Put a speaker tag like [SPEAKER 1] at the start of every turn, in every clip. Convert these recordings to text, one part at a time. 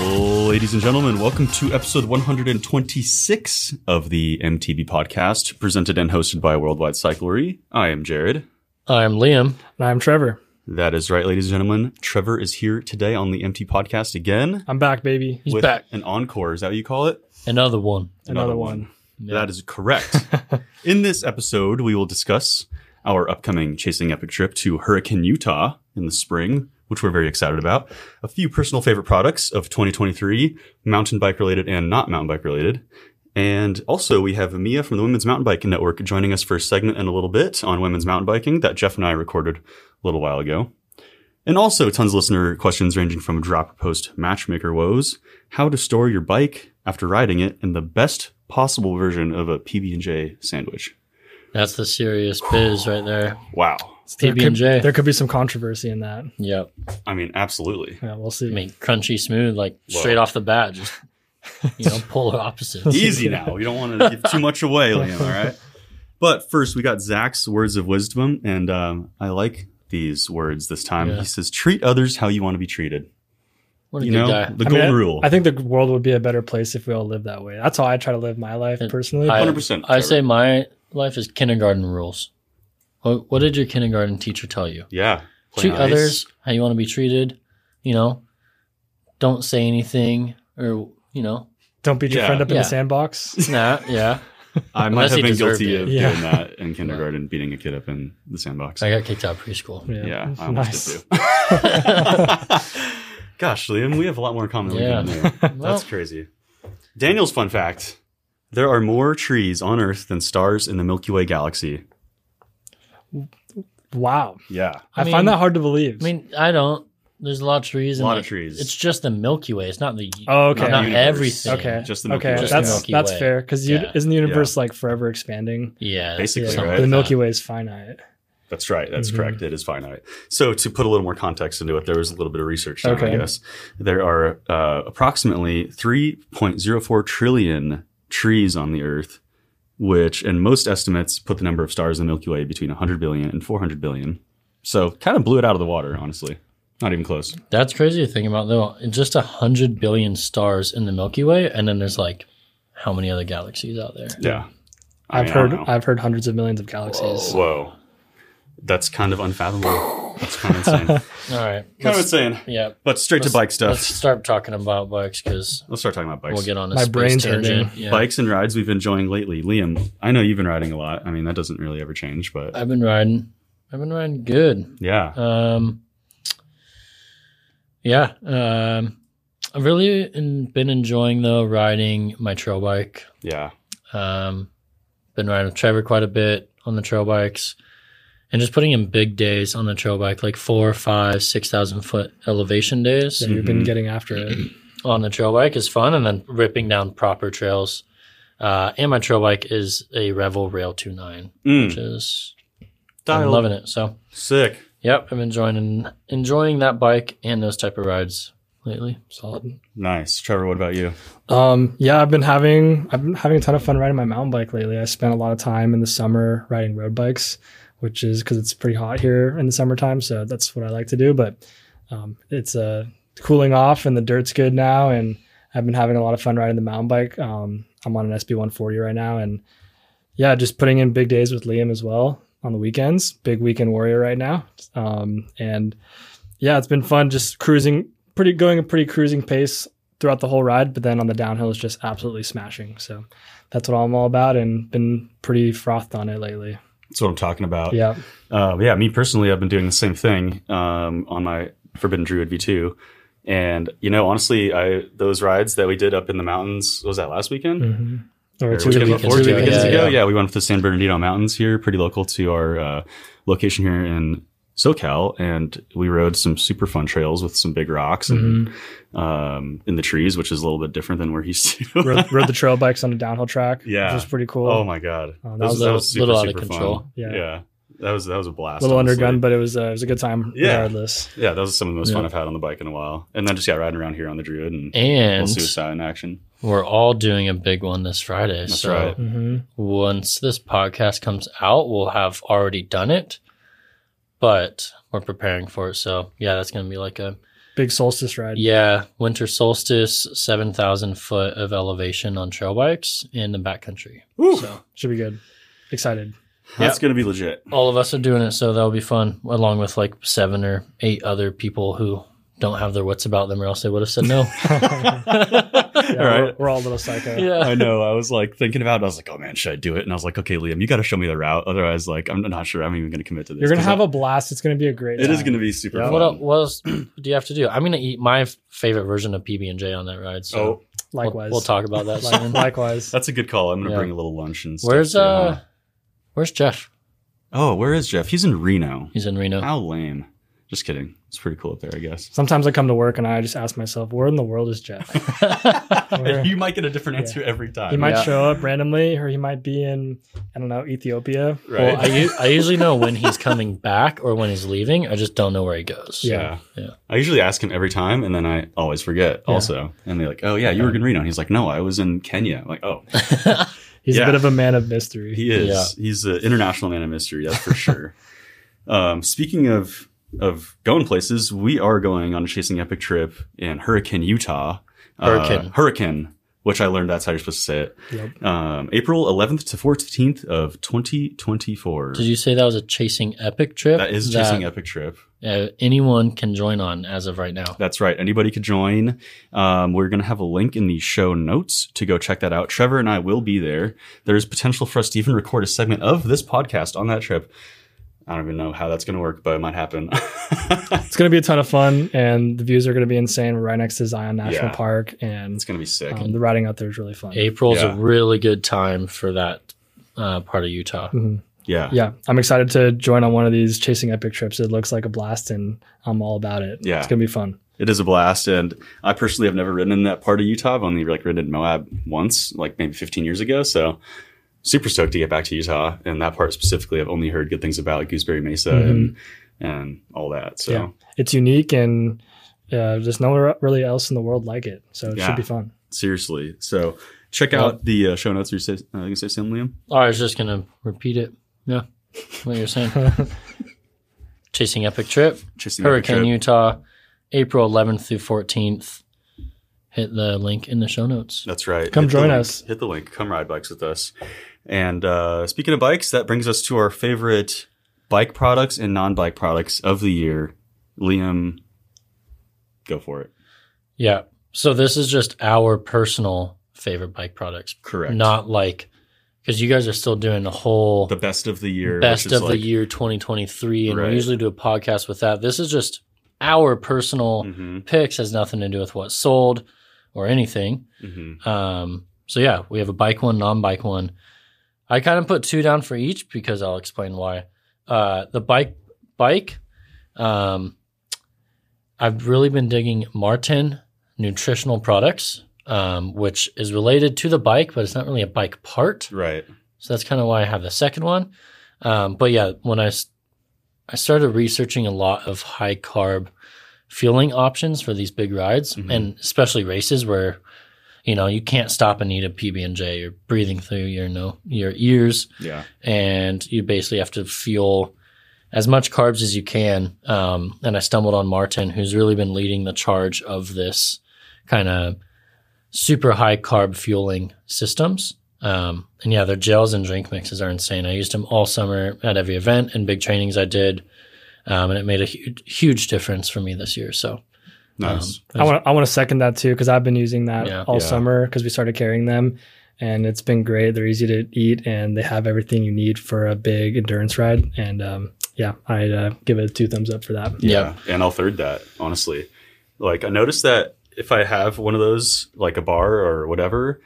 [SPEAKER 1] Ladies and gentlemen, welcome to episode 126 of the MTB podcast, presented and hosted by Worldwide Cyclery. I am Jared.
[SPEAKER 2] I'm Liam.
[SPEAKER 3] And I'm Trevor.
[SPEAKER 1] That is right, ladies and gentlemen. Trevor is here today on the MT podcast again.
[SPEAKER 3] I'm back, baby.
[SPEAKER 2] He's back.
[SPEAKER 1] An encore, is that what you call it?
[SPEAKER 2] Another one.
[SPEAKER 3] Another, one.
[SPEAKER 1] That is correct. in this episode, we will discuss our upcoming Chasing Epic trip to Hurricane, Utah in the spring, which we're very excited about. A few personal favorite products of 2023, mountain bike related and not mountain bike related. And also, we have Mia from the Women's Mountain Biking Network joining us for a segment in a little bit on women's mountain biking that Jeff and I recorded a little while ago. And also, tons of listener questions ranging from drop or post matchmaker woes, how to store your bike after riding it, and the best possible version of a PB and J sandwich.
[SPEAKER 2] That's the serious biz right there.
[SPEAKER 1] Wow.
[SPEAKER 3] It's there could-
[SPEAKER 2] PB&J.
[SPEAKER 3] There could be some controversy in that.
[SPEAKER 2] Yep.
[SPEAKER 1] I mean, absolutely.
[SPEAKER 3] Yeah, we'll see.
[SPEAKER 2] I mean, crunchy smooth, like
[SPEAKER 1] Whoa.
[SPEAKER 2] straight off the bat, just you know, polar opposites.
[SPEAKER 1] Easy now. You don't want to give too much away, Liam. All right. But first, we got Zach's words of wisdom, and um, I like these words this time.
[SPEAKER 2] Yeah.
[SPEAKER 1] He says, "Treat others how you want to be treated."
[SPEAKER 2] What a
[SPEAKER 1] you
[SPEAKER 2] good
[SPEAKER 1] know, the
[SPEAKER 2] guy.
[SPEAKER 3] I mean,
[SPEAKER 1] golden
[SPEAKER 3] I-
[SPEAKER 1] rule.
[SPEAKER 3] I think the world would be a better place if we all lived that way. That's how I try to live my life
[SPEAKER 2] And
[SPEAKER 3] personally.
[SPEAKER 2] Uh, I-
[SPEAKER 1] 100%.
[SPEAKER 2] I
[SPEAKER 1] Trevor.
[SPEAKER 2] say my life is kindergarten rules. What, what did your kindergarten teacher tell you?
[SPEAKER 1] yeah. Play
[SPEAKER 2] Treat
[SPEAKER 1] nice.
[SPEAKER 2] others how you want to be treated. You know, don't say anything or you know,
[SPEAKER 3] Don't beat your
[SPEAKER 1] Yeah.
[SPEAKER 3] friend up in
[SPEAKER 2] Yeah.
[SPEAKER 3] the sandbox.
[SPEAKER 2] nah, yeah.
[SPEAKER 1] I might
[SPEAKER 2] Unless
[SPEAKER 1] have
[SPEAKER 2] he
[SPEAKER 1] been
[SPEAKER 2] deserved
[SPEAKER 1] guilty
[SPEAKER 2] it.
[SPEAKER 1] of
[SPEAKER 3] Yeah.
[SPEAKER 1] doing that in kindergarten, beating a kid up in the sandbox.
[SPEAKER 2] I got kicked out of preschool.
[SPEAKER 1] yeah, I almost
[SPEAKER 3] nice.
[SPEAKER 1] did too. Gosh, Liam, we have a lot more in common.
[SPEAKER 2] Yeah.
[SPEAKER 1] Than we do now.
[SPEAKER 2] Well,
[SPEAKER 1] That's crazy. Daniel's fun fact there are more trees on Earth than stars in the Milky Way galaxy.
[SPEAKER 3] Wow.
[SPEAKER 1] Yeah.
[SPEAKER 3] I,
[SPEAKER 2] I mean-
[SPEAKER 3] find that hard to believe.
[SPEAKER 2] I mean, I don't. There's a lot of trees.
[SPEAKER 1] A
[SPEAKER 2] and,
[SPEAKER 1] lot of
[SPEAKER 2] like,
[SPEAKER 1] trees.
[SPEAKER 2] It's just the Milky Way. It's not the.
[SPEAKER 3] Oh, okay.
[SPEAKER 2] Not
[SPEAKER 1] Universe.
[SPEAKER 2] everything.
[SPEAKER 3] okay.
[SPEAKER 1] Just the Milky
[SPEAKER 3] okay.
[SPEAKER 1] Way.
[SPEAKER 2] Just the
[SPEAKER 3] that's
[SPEAKER 2] Milky
[SPEAKER 3] that's
[SPEAKER 2] Way.
[SPEAKER 3] fair because
[SPEAKER 2] Yeah.
[SPEAKER 3] isn't the universe like forever expanding?
[SPEAKER 2] Yeah.
[SPEAKER 1] Basically,
[SPEAKER 2] something
[SPEAKER 1] right?
[SPEAKER 3] The
[SPEAKER 2] like
[SPEAKER 3] Milky
[SPEAKER 2] that.
[SPEAKER 3] Way is finite.
[SPEAKER 1] That's right. That's
[SPEAKER 3] Mhm.
[SPEAKER 1] correct. It is finite. So to put a little more context into it, there was a little bit of research done, I
[SPEAKER 3] Okay.
[SPEAKER 1] guess. There are uh, approximately 3.04 trillion trees on the Earth, which, in most estimates, put the number of stars in the Milky Way between 100 billion and 400 billion. So kind of blew it out of the water, honestly. Not even close.
[SPEAKER 2] That's crazy to think about, though. It's Just a hundred billion stars in the Milky Way, and then there's like how many other galaxies out there?
[SPEAKER 1] Yeah. I
[SPEAKER 3] I've
[SPEAKER 1] mean, I
[SPEAKER 3] heard
[SPEAKER 1] don't know.
[SPEAKER 3] I've heard hundreds of millions of galaxies.
[SPEAKER 1] Whoa. That's kind of unfathomable. That's kind of insane. kind
[SPEAKER 2] All right.
[SPEAKER 1] of
[SPEAKER 2] Let's,
[SPEAKER 1] insane.
[SPEAKER 2] yeah.
[SPEAKER 1] But straight to
[SPEAKER 2] Let's-
[SPEAKER 1] bike stuff.
[SPEAKER 2] Let's start talking about bikes because
[SPEAKER 1] Let's start talking about bikes.
[SPEAKER 2] we'll get on a
[SPEAKER 3] My
[SPEAKER 2] space
[SPEAKER 3] brain's
[SPEAKER 2] tangent.
[SPEAKER 3] hurting.
[SPEAKER 2] Yeah.
[SPEAKER 1] bikes and rides we've been enjoying lately. Liam, I know you've been riding a lot. I mean, that doesn't really ever change, but
[SPEAKER 2] I've been riding. I've been riding good.
[SPEAKER 1] yeah,
[SPEAKER 2] Um, yeah. Um, I've really in- been enjoying though riding my trail bike.
[SPEAKER 1] yeah,
[SPEAKER 2] Um, been riding with Trevor quite a bit on the trail bikes, and just putting in big days on the trail bike, like four, five, six thousand foot elevation days
[SPEAKER 3] Yeah, you've been
[SPEAKER 2] Mm-hmm.
[SPEAKER 1] Mhm.
[SPEAKER 3] getting after it.
[SPEAKER 2] on the trail bike is fun, and then ripping down proper trails. Uh, and my trail bike is a Revel Rail 29,
[SPEAKER 1] mm,
[SPEAKER 2] which is I'm
[SPEAKER 1] dialed.
[SPEAKER 2] loving it. So,
[SPEAKER 1] sick.
[SPEAKER 2] yep, I've been enjoying enjoying that bike and those type of rides lately.
[SPEAKER 3] Solid.
[SPEAKER 1] Nice, Trevor. What about you?
[SPEAKER 3] Um, yeah, I've been having I've been having a ton of fun riding my mountain bike lately. I spent a lot of time in the summer riding road bikes, which is because it's pretty hot here in the summertime, so that's what I like to do. But um, it's uh, cooling off and the dirt's good now, and I've been having a lot of fun riding the mountain bike. Um, I'm on an SB 140 right now, and yeah, just putting in big days with Liam as well on the weekends. Big weekend warrior right now, um, and yeah, it's been fun just cruising, pretty going a pretty cruising pace throughout the whole ride, but then on the downhill it's just absolutely smashing. So that's what I'm all about and been pretty frothed on it lately.
[SPEAKER 1] That's what I'm talking about.
[SPEAKER 3] Yeah.
[SPEAKER 1] Uh, yeah, me personally, I've been doing the same thing um, on my Forbidden Druid V2, and you know, honestly, I those rides that we did up in the mountains what was that last weekend?
[SPEAKER 3] Mm-hmm. Or
[SPEAKER 1] Or
[SPEAKER 3] two
[SPEAKER 1] weekend
[SPEAKER 3] weekends
[SPEAKER 1] before, two
[SPEAKER 3] ago.
[SPEAKER 1] weekends
[SPEAKER 2] yeah,
[SPEAKER 1] ago.
[SPEAKER 2] yeah.
[SPEAKER 1] Yeah. we went up to San Bernardino Mountains here, pretty local to our uh, location here in SoCal, and we rode some super fun trails with some big rocks and
[SPEAKER 3] Mhm.
[SPEAKER 1] um, in the trees, which is a little bit different than where he's to.
[SPEAKER 3] rode, rode the trail bikes on a downhill track.
[SPEAKER 1] Yeah.
[SPEAKER 3] which was pretty cool.
[SPEAKER 1] oh my god,
[SPEAKER 3] Oh, that
[SPEAKER 1] Those-
[SPEAKER 3] was
[SPEAKER 2] a little out of
[SPEAKER 1] Fun.
[SPEAKER 2] control.
[SPEAKER 1] Yeah.
[SPEAKER 3] Yeah.
[SPEAKER 1] that was that was a blast.
[SPEAKER 3] little
[SPEAKER 1] honestly.
[SPEAKER 3] undergun, but it was uh, it was a good time
[SPEAKER 1] Yeah.
[SPEAKER 3] regardless.
[SPEAKER 1] yeah, that was some of the most
[SPEAKER 2] Yeah.
[SPEAKER 1] fun I've had on the bike in a while, and then just got riding around here on the Druid and.
[SPEAKER 2] And
[SPEAKER 1] little suicide in action.
[SPEAKER 2] we're all doing a big one this Friday.
[SPEAKER 1] That's
[SPEAKER 2] so
[SPEAKER 1] right.
[SPEAKER 3] Mm-hmm.
[SPEAKER 2] once this podcast comes out, we'll have already done it, but we're preparing for it. So yeah, that's going to be like a
[SPEAKER 3] big solstice ride.
[SPEAKER 2] Yeah, winter solstice, 7,000 foot of elevation on trail bikes in the backcountry.
[SPEAKER 1] Woo.
[SPEAKER 2] So
[SPEAKER 3] Should be good. Excited.
[SPEAKER 1] That's going to be legit.
[SPEAKER 2] all of us are doing it, so that'll be fun, along with like seven or eight other people who don't have their wits about them, or else they would have said no.
[SPEAKER 3] Yeah,
[SPEAKER 1] all right.
[SPEAKER 3] we're, we're all a little psycho.
[SPEAKER 2] yeah.
[SPEAKER 1] I know. I was like thinking about it. I was like, oh man, should I do it? And I was like, okay, Liam, you got to show me the route. Otherwise, like, I'm not sure I'm even going to commit to this.
[SPEAKER 3] You're gonna
[SPEAKER 1] 'Cause
[SPEAKER 3] have a blast. It's gonna be a great.
[SPEAKER 1] It is
[SPEAKER 3] time.
[SPEAKER 1] going to be super
[SPEAKER 3] Yeah.
[SPEAKER 1] fun.
[SPEAKER 2] What else, what else do you have to do? I'm gonna eat my f- favorite version of PB and J on that ride. So
[SPEAKER 1] Oh,
[SPEAKER 2] we'll-
[SPEAKER 3] likewise.
[SPEAKER 2] we'll, talk about that
[SPEAKER 3] Like-
[SPEAKER 2] soon.
[SPEAKER 3] likewise.
[SPEAKER 1] that's a good call. I'm going to
[SPEAKER 2] Yeah.
[SPEAKER 1] bring a little lunch and stuff.
[SPEAKER 2] where's
[SPEAKER 1] too,
[SPEAKER 2] uh,
[SPEAKER 1] huh?
[SPEAKER 2] where's Jeff?
[SPEAKER 1] Oh, where is Jeff? He's in Reno.
[SPEAKER 2] He's in Reno.
[SPEAKER 1] How lame. Just kidding. It's pretty cool up there, I guess.
[SPEAKER 3] Sometimes I come to work and I just ask myself, where in the world is Jeff? Where-
[SPEAKER 1] you might get a different
[SPEAKER 3] Yeah.
[SPEAKER 1] answer every time.
[SPEAKER 3] He might
[SPEAKER 2] Yeah.
[SPEAKER 3] show up randomly, or he might be in I don't know Ethiopia.
[SPEAKER 2] Well, I,
[SPEAKER 1] right?
[SPEAKER 2] u- I usually know when he's coming back or when he's leaving. I just don't know where he goes.
[SPEAKER 3] Yeah.
[SPEAKER 2] Yeah.
[SPEAKER 1] I usually ask him every time, and then I always forget.
[SPEAKER 3] Yeah.
[SPEAKER 1] Also, and they're like, "Oh yeah, you were in Reno." And he's like, "No, I was in Kenya." I'm like, "Oh,
[SPEAKER 3] He's
[SPEAKER 1] Yeah.
[SPEAKER 3] a bit of a man of mystery.
[SPEAKER 1] He is. He's an international man of mystery, that's for sure. um, speaking of of going places, we are going on a chasing epic trip in Hurricane, Utah. Uh,
[SPEAKER 2] Hurricane.
[SPEAKER 1] Hurricane, which I learned that's how you're supposed to say it.
[SPEAKER 3] Yep.
[SPEAKER 1] Um, April 11th to 14th of 2024.
[SPEAKER 2] Did you say that was a chasing epic trip?
[SPEAKER 1] that is chasing epic trip.
[SPEAKER 2] Uh, anyone can join on as of right now.
[SPEAKER 1] That's right. Anybody could join. Um, we're going to have a link in the show notes to go check that out. Trevor and I will be there. There's potential for us to even record a segment of this podcast on that trip. I don't even know how that's going to work, but it might happen.
[SPEAKER 3] It's gonna be a ton of fun, and the views are gonna be insane. We're right next to Zion National
[SPEAKER 1] Yeah.
[SPEAKER 3] Park, and
[SPEAKER 1] it's going to be sick.
[SPEAKER 3] um, the riding out there is really fun.
[SPEAKER 2] April's
[SPEAKER 1] Yeah.
[SPEAKER 2] a really good time for that uh, part of Utah.
[SPEAKER 3] Mhm.
[SPEAKER 1] yeah.
[SPEAKER 3] Yeah, I'm excited to join on one of these chasing epic trips. It looks like a blast, and I'm all about it.
[SPEAKER 1] Yeah.
[SPEAKER 3] it's gonna be fun.
[SPEAKER 1] It is a blast. And I personally have never ridden in that part of Utah. I've only like ridden in Moab once, like maybe 15 years ago. So super stoked to get back to Utah. And that part specifically, I've only heard good things about Gooseberry Mesa
[SPEAKER 3] Mhm.
[SPEAKER 1] and, and all that. So.
[SPEAKER 3] Yeah. It's unique, and uh, there's nowhere really else in the world like it. So it
[SPEAKER 1] Yeah.
[SPEAKER 3] should be fun.
[SPEAKER 1] Seriously. So check
[SPEAKER 2] Yeah.
[SPEAKER 1] out the uh, show notes. You say, uh, you say Sam Liam.
[SPEAKER 2] Oh, I was just gonna repeat it. Yeah, what you're saying. Chasing epic trip,
[SPEAKER 1] Chasing
[SPEAKER 2] Hurricane
[SPEAKER 1] Epic Trip.
[SPEAKER 2] Utah, April 11th through 14th. Hit the link in the show notes.
[SPEAKER 1] That's right.
[SPEAKER 3] Come
[SPEAKER 1] Hit the
[SPEAKER 3] join
[SPEAKER 1] link.
[SPEAKER 3] us.
[SPEAKER 1] Hit the link. Come ride bikes with us. And uh, speaking of bikes, that brings us to our favorite bike products and non-bike products of the year. Liam, go for it.
[SPEAKER 2] Yeah. So this is just our personal favorite bike products,
[SPEAKER 1] Correct.
[SPEAKER 2] not like because you guys are still doing the whole
[SPEAKER 1] the best of the year.
[SPEAKER 2] best
[SPEAKER 1] which is
[SPEAKER 2] of the
[SPEAKER 1] like-
[SPEAKER 2] year 2023, and
[SPEAKER 1] Right.
[SPEAKER 2] we usually do a podcast with that. This is just our personal
[SPEAKER 1] Mhm,
[SPEAKER 2] picks. Has nothing to do with what sold or anything.
[SPEAKER 1] mhm.
[SPEAKER 2] Um, so yeah, we have a bike one, non-bike one. I kind of put two down for each because I'll explain why. Uh, the bike bike, um, I've really been digging Martin nutritional products, um, which is related to the bike, but it's not really a bike part.
[SPEAKER 1] Right.
[SPEAKER 2] So that's kind of why I have the second one. Um, but yeah, when I, s- I started researching a lot of high carb fueling options for these big rides
[SPEAKER 1] Mhm.
[SPEAKER 2] and especially races where, you know, you can't stop and eat a PB and J. You're breathing through your no your ears,
[SPEAKER 1] Yeah.
[SPEAKER 2] and you basically have to fuel as much carbs as you can. Um, and I stumbled on Martin, who's really been leading the charge of this kind of super high carb fueling systems. Um, and yeah, their gels and drink mixes are insane. I used them all summer at every event and big trainings I did. Um, and it made a huge, huge difference for me this year. So, um,
[SPEAKER 1] Nice.
[SPEAKER 3] I want I want to second that too because I've been using that
[SPEAKER 2] Yeah.
[SPEAKER 3] all
[SPEAKER 1] Yeah.
[SPEAKER 3] summer because we started carrying them, and it's been great. They're easy to eat and they have everything you need for a big endurance ride. And um, yeah, I uh, give it two thumbs up for that.
[SPEAKER 1] Yeah. And I'll third that, honestly. Like, I noticed that if I have one of those, like a bar or whatever,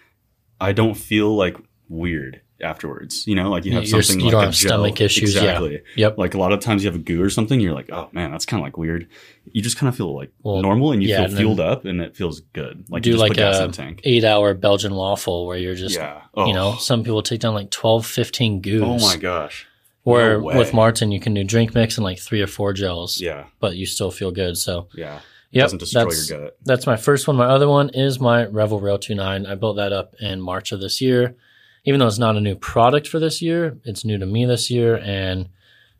[SPEAKER 1] I don't feel like weird afterwards. You know, like you have
[SPEAKER 2] You're-
[SPEAKER 1] something
[SPEAKER 2] you
[SPEAKER 1] like
[SPEAKER 2] don't
[SPEAKER 1] a
[SPEAKER 2] have
[SPEAKER 1] gel.
[SPEAKER 2] stomach issues, yeah.
[SPEAKER 1] Exactly.
[SPEAKER 2] yep.
[SPEAKER 1] Like a lot of times you have a goo or something, you're like, oh man, that's kind of like weird. You just kind of feel like
[SPEAKER 2] Well,
[SPEAKER 1] normal and you
[SPEAKER 2] yeah,
[SPEAKER 1] feel
[SPEAKER 2] and then
[SPEAKER 1] fueled up and it feels good. Like
[SPEAKER 2] do
[SPEAKER 1] you just
[SPEAKER 2] like
[SPEAKER 1] put gas
[SPEAKER 2] a
[SPEAKER 1] in the tank.
[SPEAKER 2] Eight hour Belgian waffle where you're just,
[SPEAKER 1] yeah. Oh.
[SPEAKER 2] you know, some people take down like 12, 15 goos.
[SPEAKER 1] Oh my gosh.
[SPEAKER 2] Where
[SPEAKER 1] No way.
[SPEAKER 2] with Martin, you can do drink mix and like three or four gels,
[SPEAKER 1] Yeah.
[SPEAKER 2] but you still feel good. So,
[SPEAKER 1] Yeah. It
[SPEAKER 2] yeah,
[SPEAKER 1] doesn't destroy
[SPEAKER 2] that's,
[SPEAKER 1] your gut.
[SPEAKER 2] that's my first one. My other one is my Revel Rail 29. I built that up in March of this year. Even though it's not a new product for this year, it's new to me this year. And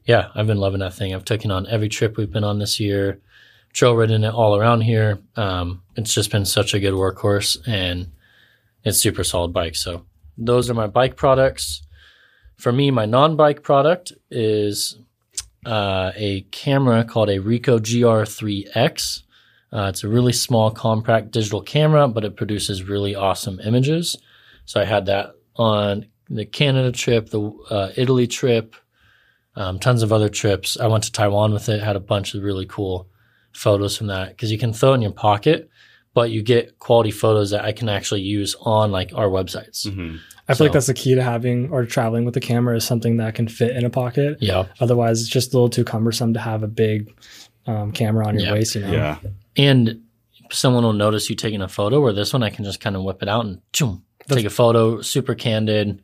[SPEAKER 2] yeah, I've been loving that thing. I've taken on every trip we've been on this year, trail ridden it all around here. Um, it's just been such a good workhorse and it's super solid bike. So those are my bike products. For me, my non-bike product is uh, a camera called a Ricoh GR3X. Uh, it's a really small, compact digital camera, but it produces really awesome images. So I had that on the Canada trip, the uh, Italy trip, um, tons of other trips. I went to Taiwan with it, had a bunch of really cool photos from that because you can throw it in your pocket, but you get quality photos that I can actually use on like our websites.
[SPEAKER 1] Mhm.
[SPEAKER 3] I feel
[SPEAKER 2] So-
[SPEAKER 3] like that's the key to having or traveling with a camera is something that can fit in a pocket.
[SPEAKER 2] Yeah.
[SPEAKER 3] Otherwise, it's just a little too cumbersome to have a big um, camera on your
[SPEAKER 2] Yeah.
[SPEAKER 3] waist. You know,
[SPEAKER 1] Yeah.
[SPEAKER 2] And someone will notice you taking a photo, where this one I can just kind of whip it out and choom,
[SPEAKER 3] That's-
[SPEAKER 2] take a photo, super candid.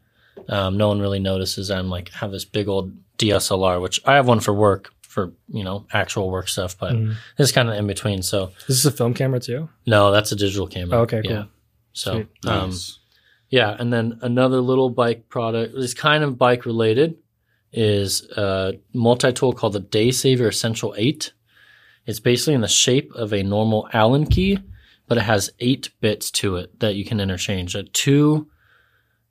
[SPEAKER 2] Um, no one really notices. I'm like, have this big old DSLR, which I have one for work, for, you know, actual work stuff, but
[SPEAKER 3] Mm.
[SPEAKER 2] this is kind of in between. So,
[SPEAKER 3] Is this a film camera too?
[SPEAKER 2] no, that's a digital camera.
[SPEAKER 3] Oh, okay, cool.
[SPEAKER 2] Yeah. So,
[SPEAKER 3] Sweet.
[SPEAKER 2] um,
[SPEAKER 1] Nice.
[SPEAKER 2] yeah, and then another little bike product is kind of bike related is a multi-tool called the Day Saver Essential 8. It's basically in the shape of a normal Allen key, but it has 8 bits to it that you can interchange. A 2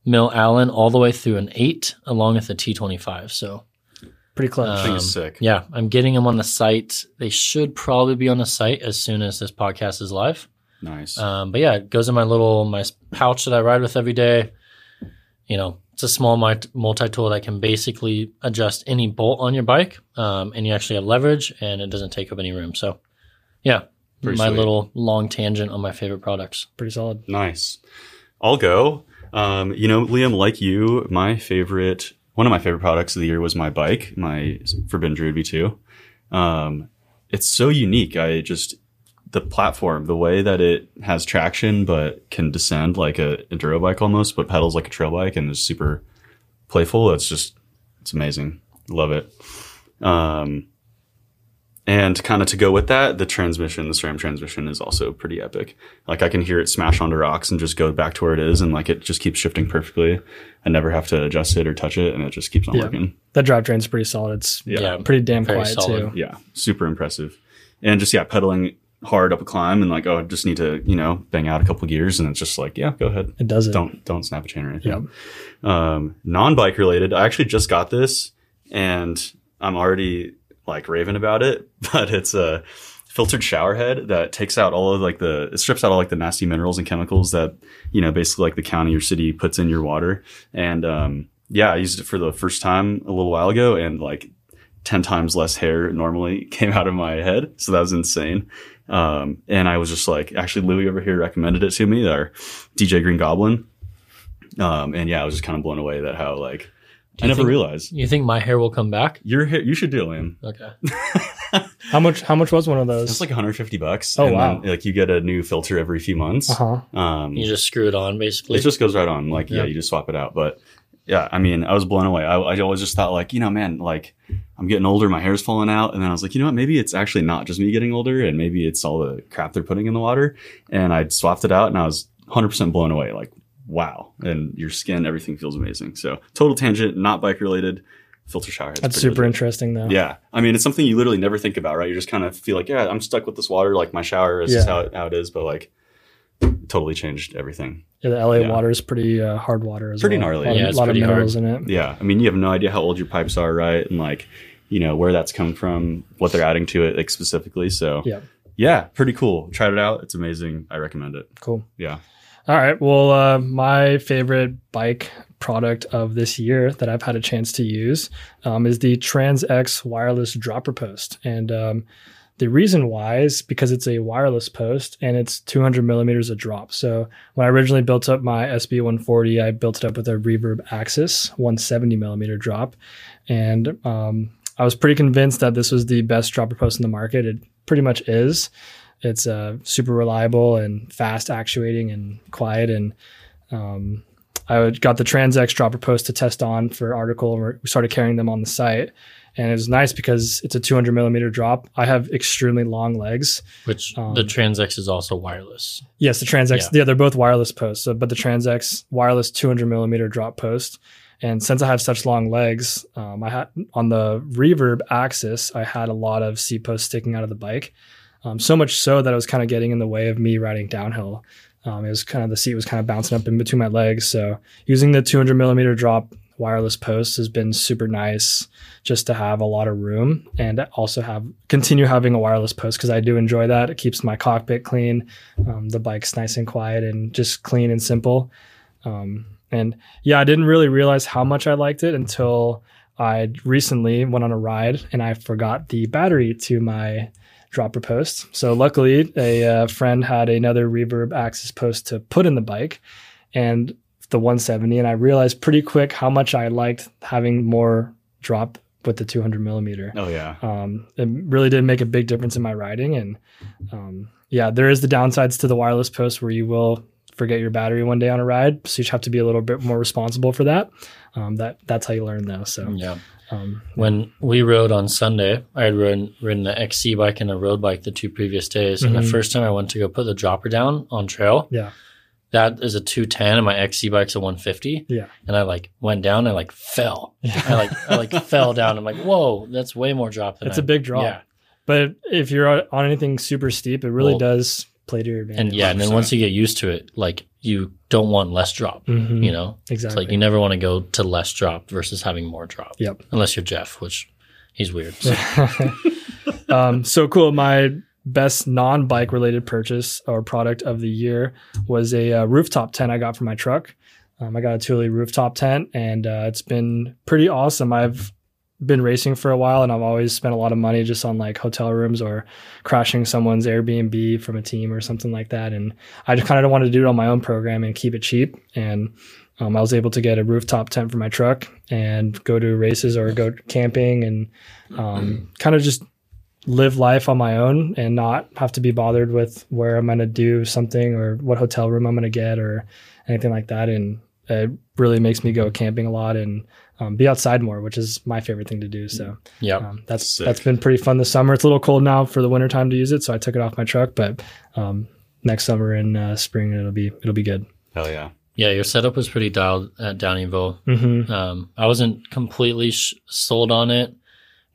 [SPEAKER 2] mil Allen all the way through an 8 along with a T25. So,
[SPEAKER 3] Pretty close.
[SPEAKER 1] That thing
[SPEAKER 2] um,
[SPEAKER 1] is sick.
[SPEAKER 2] yeah, I'm getting them on the site. They should probably be on the site as soon as this podcast is live.
[SPEAKER 1] Nice.
[SPEAKER 2] Um, but yeah, it goes in my little my s- pouch that I ride with every day. You know, it's a small multi tool that can basically adjust any bolt on your bike, um, and you actually have leverage, and it doesn't take up any room. So, yeah,
[SPEAKER 1] Pretty
[SPEAKER 2] my
[SPEAKER 1] sweet.
[SPEAKER 2] little long tangent on my favorite products.
[SPEAKER 3] Pretty solid.
[SPEAKER 1] Nice. I'll go. Um, you know, Liam, like you, my favorite, one of my favorite products of the year was my bike, my Forbidden Druid V2. Um, it's so unique. I just, the platform, the way that it has traction, but can descend like a enduro bike almost, but pedals like a trail bike and is super playful. It's just, it's amazing. Love it. Um, and kind of to go with that, the transmission, the SRAM transmission is also pretty epic. Like I can hear it smash onto rocks and just go back to where it is, and like it just keeps shifting perfectly. I never have to adjust it or touch it, and it just keeps on
[SPEAKER 3] Yeah.
[SPEAKER 1] working.
[SPEAKER 3] That drivetrain's pretty solid. It's
[SPEAKER 1] Yeah.
[SPEAKER 2] Yeah.
[SPEAKER 3] pretty damn
[SPEAKER 2] Very
[SPEAKER 3] quiet
[SPEAKER 2] solid.
[SPEAKER 3] too.
[SPEAKER 1] Yeah, super impressive. And just yeah, pedaling hard up a climb, and like oh, I just need to you know bang out a couple gears, and it's just like yeah, go ahead.
[SPEAKER 3] It does it.
[SPEAKER 1] Don't don't snap a chain or anything. Um, non-bike related. I actually just got this, and I'm already like raving about it. But it's a filtered shower head that takes out all of like the it strips out all like the nasty minerals and chemicals that you know basically like the county or city puts in your water. And um, yeah, I used it for the first time a little while ago, and like. 10 times less hair normally came out of my head. So that was insane. Um, and I was just like, actually, Louis over here recommended it to me, our DJ Green Goblin. Um, and yeah, I was just kind of blown away that how like
[SPEAKER 2] Do
[SPEAKER 1] I
[SPEAKER 2] you
[SPEAKER 1] never
[SPEAKER 2] think-
[SPEAKER 1] realized
[SPEAKER 2] You think my hair will come back?
[SPEAKER 1] your hair. You should do it, Liam.
[SPEAKER 2] Okay,
[SPEAKER 3] How much? How much was one of those?
[SPEAKER 1] It's like 150 bucks.
[SPEAKER 3] Oh,
[SPEAKER 1] and
[SPEAKER 3] wow.
[SPEAKER 1] Then, like you get a new filter every few months.
[SPEAKER 3] uh huh.
[SPEAKER 2] Uh-huh.
[SPEAKER 1] Um,
[SPEAKER 2] you just screw it on basically.
[SPEAKER 1] it just goes right on. Like yeah,
[SPEAKER 2] Yeah.
[SPEAKER 1] you just swap it out. But yeah, I mean, I was blown away. I, I always just thought like you know, man, like I'm getting older, my hair's falling out, and then I was like, you know what? Maybe it's actually not just me getting older, and maybe it's all the crap they're putting in the water. And I swapped it out, and I was 100 percent blown away. Like wow, and your skin, everything feels amazing. So total tangent, not bike related. Filter shower. head's
[SPEAKER 3] That's
[SPEAKER 1] pretty
[SPEAKER 3] super
[SPEAKER 1] legit.
[SPEAKER 3] interesting though.
[SPEAKER 1] Yeah. I mean, it's something you literally never think about, right? You just kind of feel like, yeah, I'm stuck with this water. Like my shower is just
[SPEAKER 3] Yeah.
[SPEAKER 1] how it, how it is, but like totally changed everything.
[SPEAKER 3] Yeah, the LA
[SPEAKER 1] Yeah.
[SPEAKER 3] water is pretty uh, hard water as
[SPEAKER 1] Pretty
[SPEAKER 3] well.
[SPEAKER 1] gnarly.
[SPEAKER 3] A lot,
[SPEAKER 2] Yeah,
[SPEAKER 3] of,
[SPEAKER 2] it's
[SPEAKER 3] lot of
[SPEAKER 2] pretty hard.
[SPEAKER 3] minerals in it.
[SPEAKER 1] Yeah. I mean, you have no idea how old your pipes are, right? And like, you know, where that's come from, what they're adding to it, like specifically. So,
[SPEAKER 3] Yeah.
[SPEAKER 1] yeah, pretty cool. Tried it out. It's amazing. I recommend it.
[SPEAKER 3] Cool.
[SPEAKER 1] Yeah.
[SPEAKER 3] All right. Well, uh, my favorite bike product of this year that I've had a chance to use um, is the TransX wireless dropper post. And um, the reason why is because it's a wireless post and it's 200 millimeters of drop. So when I originally built up my SB 140, I built it up with a reverb axis, 170 millimeter drop. And um, I was pretty convinced that this was the best dropper post in the market. It pretty much is it's uh, super reliable and fast actuating and quiet and um, i would- got the transx dropper post to test on for article and we started carrying them on the site and it was nice because it's a 200 millimeter drop i have extremely long legs
[SPEAKER 2] which
[SPEAKER 3] um,
[SPEAKER 2] the Transex is also wireless.
[SPEAKER 3] yes the transx yeah, they're both wireless posts so, but the transx wireless 200 millimeter drop post and since i have such long legs um, i had on the reverb axis i had a lot of c posts sticking out of the bike Um, so much so that it was kind of getting in the way of me riding downhill. Um, it was kind of the seat was kind of bouncing up in between my legs. So using the 200 millimeter drop wireless post has been super nice just to have a lot of room and also have continue having a wireless post because I do enjoy that. It keeps my cockpit clean. Um, the bike's nice and quiet and just clean and simple. Um, and yeah, I didn't really realize how much I liked it until I recently went on a ride and I forgot the battery to my dropper post. So luckily, a uh, friend had another reverb access post to put in the bike and the 170. And I realized pretty quick how much I liked having more drop with the 200 millimeter.
[SPEAKER 1] Oh yeah.
[SPEAKER 3] Um, it really did make a big difference in my riding. And um, yeah, there is the downsides to the wireless post where you will forget your battery one day on a ride. So you just have to be a little bit more responsible for that. Um, that that's how you learn though. So
[SPEAKER 2] Yeah.
[SPEAKER 3] um,
[SPEAKER 2] When we rode on Sunday, I had ridden, ridden the XC bike and a road bike the two previous days. And the
[SPEAKER 3] Mhm.
[SPEAKER 2] first time I went to go put the dropper down on trail,
[SPEAKER 3] yeah,
[SPEAKER 2] that is a 210 and my XC bike's a 150.
[SPEAKER 3] yeah,
[SPEAKER 2] And I like went down and like fell. I like, I like fell down. I'm like, whoa, that's way more drop than
[SPEAKER 3] it's a
[SPEAKER 2] I-
[SPEAKER 3] big drop.
[SPEAKER 2] Yeah.
[SPEAKER 3] But if you're on anything super steep, it really
[SPEAKER 2] Well-
[SPEAKER 3] does play to your advantage.
[SPEAKER 2] And yeah, and then
[SPEAKER 1] 100%.
[SPEAKER 2] once you get used to it, like you don't want less drop,
[SPEAKER 3] Mhm.
[SPEAKER 2] you know? It's
[SPEAKER 3] exactly.
[SPEAKER 2] like you never want to go to less drop versus having more drop.
[SPEAKER 3] Yep.
[SPEAKER 2] Unless you're Jeff, which he's weird. So
[SPEAKER 3] um, so cool. My best non-bike related purchase or product of the year was a uh, rooftop tent I got for my truck. Um, I got a Thule rooftop tent, and uh, it's been pretty awesome. I've been racing for a while, and I've always spent a lot of money just on like hotel rooms or crashing someone's Airbnb from a team or something like that. And I just kind of wanted to do it on my own program and keep it cheap. And um, I was able to get a rooftop tent for my truck and go to races or go camping and um, kind of just live life on my own and not have to be bothered with where I'm going to do something or what hotel room I'm going to get or anything like that. And it really makes me go camping a lot and um, be outside more, which is my favorite thing to do. So
[SPEAKER 2] yeah.
[SPEAKER 3] um, that's
[SPEAKER 1] Sick.
[SPEAKER 3] that's been pretty fun this summer. It's a little cold now for the winter time to use it, so I took it off my truck. But um, next summer and uh, spring, it'll be it'll be good.
[SPEAKER 1] Hell yeah.
[SPEAKER 2] Yeah, your setup was pretty dialed at Downeyville.
[SPEAKER 3] Mm-hmm.
[SPEAKER 2] Um, I wasn't completely sh- sold on it,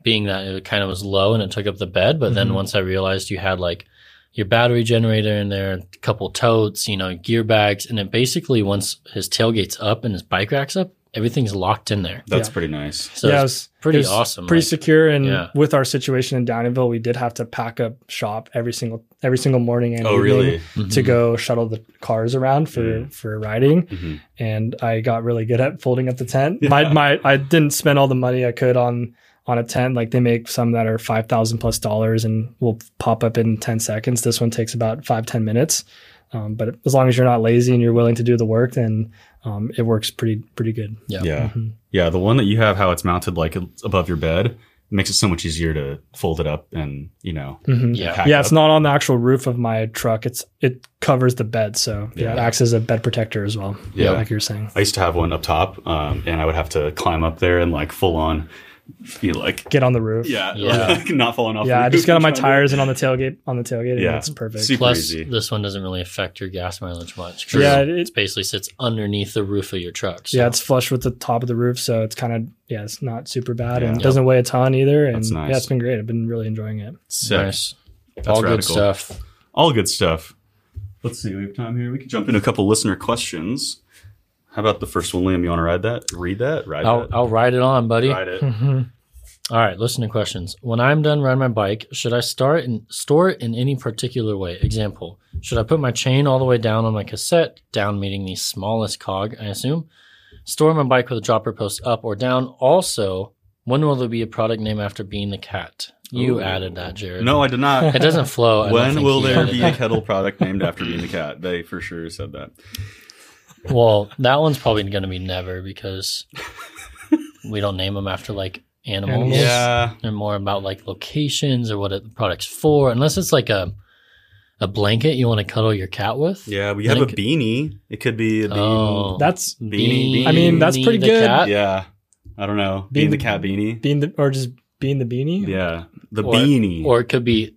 [SPEAKER 2] being that it kind of was low and it took up the bed. But then
[SPEAKER 3] Mhm.
[SPEAKER 2] once I realized you had like your battery generator in there, a couple totes, you know, gear bags, and it basically once his tailgate's up and his bike rack's up, everything's locked in there.
[SPEAKER 1] That's
[SPEAKER 3] Yeah.
[SPEAKER 1] pretty nice.
[SPEAKER 2] So it's pretty awesome.
[SPEAKER 3] pretty
[SPEAKER 2] like-
[SPEAKER 3] secure. And
[SPEAKER 2] yeah.
[SPEAKER 3] with our situation in Downeyville, we did have to pack up shop every single every single morning and
[SPEAKER 1] Oh
[SPEAKER 3] evening
[SPEAKER 1] really?
[SPEAKER 3] to
[SPEAKER 2] Mhm.
[SPEAKER 3] go shuttle the cars around for
[SPEAKER 1] Mm.
[SPEAKER 3] for riding.
[SPEAKER 1] Mhm.
[SPEAKER 3] and I got really good at folding up the tent. My
[SPEAKER 1] Yeah.
[SPEAKER 3] my I didn't spend all the money I could on on a tent. Like they make some that are five thousand plus dollars and will pop up in ten seconds. This one takes about five ten minutes. Um, but as long as you're not lazy and you're willing to do the work, then um, it works pretty pretty good.
[SPEAKER 2] Yeah.
[SPEAKER 1] Yeah.
[SPEAKER 3] Mhm.
[SPEAKER 1] Yeah. The one that you have, how it's mounted like above your bed, makes it so much easier to fold it up and you know.
[SPEAKER 3] Mhm.
[SPEAKER 2] Yeah.
[SPEAKER 1] pack
[SPEAKER 3] Yeah,
[SPEAKER 1] up.
[SPEAKER 3] it's not on the actual roof of my truck. It's it covers the bed, so yeah, it
[SPEAKER 1] Yeah.
[SPEAKER 3] acts as a bed protector as well.
[SPEAKER 1] Yeah.
[SPEAKER 3] like you're saying.
[SPEAKER 1] I used to have one up top, um, and I would have to climb up there and like full on be like,
[SPEAKER 3] Get on the roof.
[SPEAKER 1] yeah,
[SPEAKER 2] Yeah.
[SPEAKER 1] like, not falling off.
[SPEAKER 3] yeah.
[SPEAKER 1] the
[SPEAKER 3] I just
[SPEAKER 1] roof
[SPEAKER 3] got on my
[SPEAKER 1] and trying to-
[SPEAKER 3] tires and on the tailgate on the tailgate.
[SPEAKER 1] Yeah.
[SPEAKER 3] and it's perfect.
[SPEAKER 1] Super
[SPEAKER 2] Plus,
[SPEAKER 1] easy.
[SPEAKER 2] this one doesn't really affect your gas mileage much.
[SPEAKER 1] True.
[SPEAKER 3] Yeah,
[SPEAKER 2] Yeah,
[SPEAKER 3] it-
[SPEAKER 2] it basically sits underneath the roof of your truck. So
[SPEAKER 3] Yeah, it's flush with the top of the roof, so it's kind of yeah, it's not super bad
[SPEAKER 1] Yeah.
[SPEAKER 3] and it doesn't weigh a ton either. And
[SPEAKER 1] That's nice.
[SPEAKER 3] yeah, it's been great. I've been really enjoying it.
[SPEAKER 1] Sick.
[SPEAKER 2] nice.
[SPEAKER 1] That's
[SPEAKER 2] all
[SPEAKER 1] radical.
[SPEAKER 2] good stuff.
[SPEAKER 1] All good stuff. Let's see. We have time here. We can jump into a couple listener questions. How about the first one, Liam? You want to ride that? Read that? Ride
[SPEAKER 2] I'll,
[SPEAKER 1] that?
[SPEAKER 2] I'll ride it on, buddy.
[SPEAKER 1] ride it.
[SPEAKER 2] All right, listener questions. When I'm done riding my bike, should I start and store it in any particular way? Example, should I put my chain all the way down on my cassette, down meaning the smallest cog, I assume? Store my bike with a dropper post up or down. Also, when will there be a product name after being the cat? You
[SPEAKER 1] Ooh.
[SPEAKER 2] added that, Jared.
[SPEAKER 1] No, I did not.
[SPEAKER 2] It doesn't flow. I don't
[SPEAKER 1] when
[SPEAKER 2] think
[SPEAKER 1] will
[SPEAKER 2] he
[SPEAKER 1] there
[SPEAKER 2] added
[SPEAKER 1] be
[SPEAKER 2] that.
[SPEAKER 1] a kettle product named after Bean the Cat? They for sure said that.
[SPEAKER 2] Well, that one's probably going to be never because we don't name them after like animals.
[SPEAKER 3] Animals.
[SPEAKER 2] They're more about like locations or what it, the product's for, unless it's like a a blanket you want to cuddle your cat with.
[SPEAKER 1] Yeah, we
[SPEAKER 2] Then
[SPEAKER 1] have a
[SPEAKER 2] it could-
[SPEAKER 1] beanie. It could be a bean.
[SPEAKER 2] Oh.
[SPEAKER 3] That's
[SPEAKER 1] Beanie,
[SPEAKER 2] Beanie
[SPEAKER 1] I mean,
[SPEAKER 3] that's pretty
[SPEAKER 2] the
[SPEAKER 3] good.
[SPEAKER 2] cat,
[SPEAKER 1] Yeah. I don't know.
[SPEAKER 3] Bean
[SPEAKER 1] Bean
[SPEAKER 3] the-
[SPEAKER 1] the cat beanie.
[SPEAKER 3] being the or just being the beanie.
[SPEAKER 1] Yeah. The
[SPEAKER 2] Or-
[SPEAKER 1] beanie.
[SPEAKER 2] Or it could be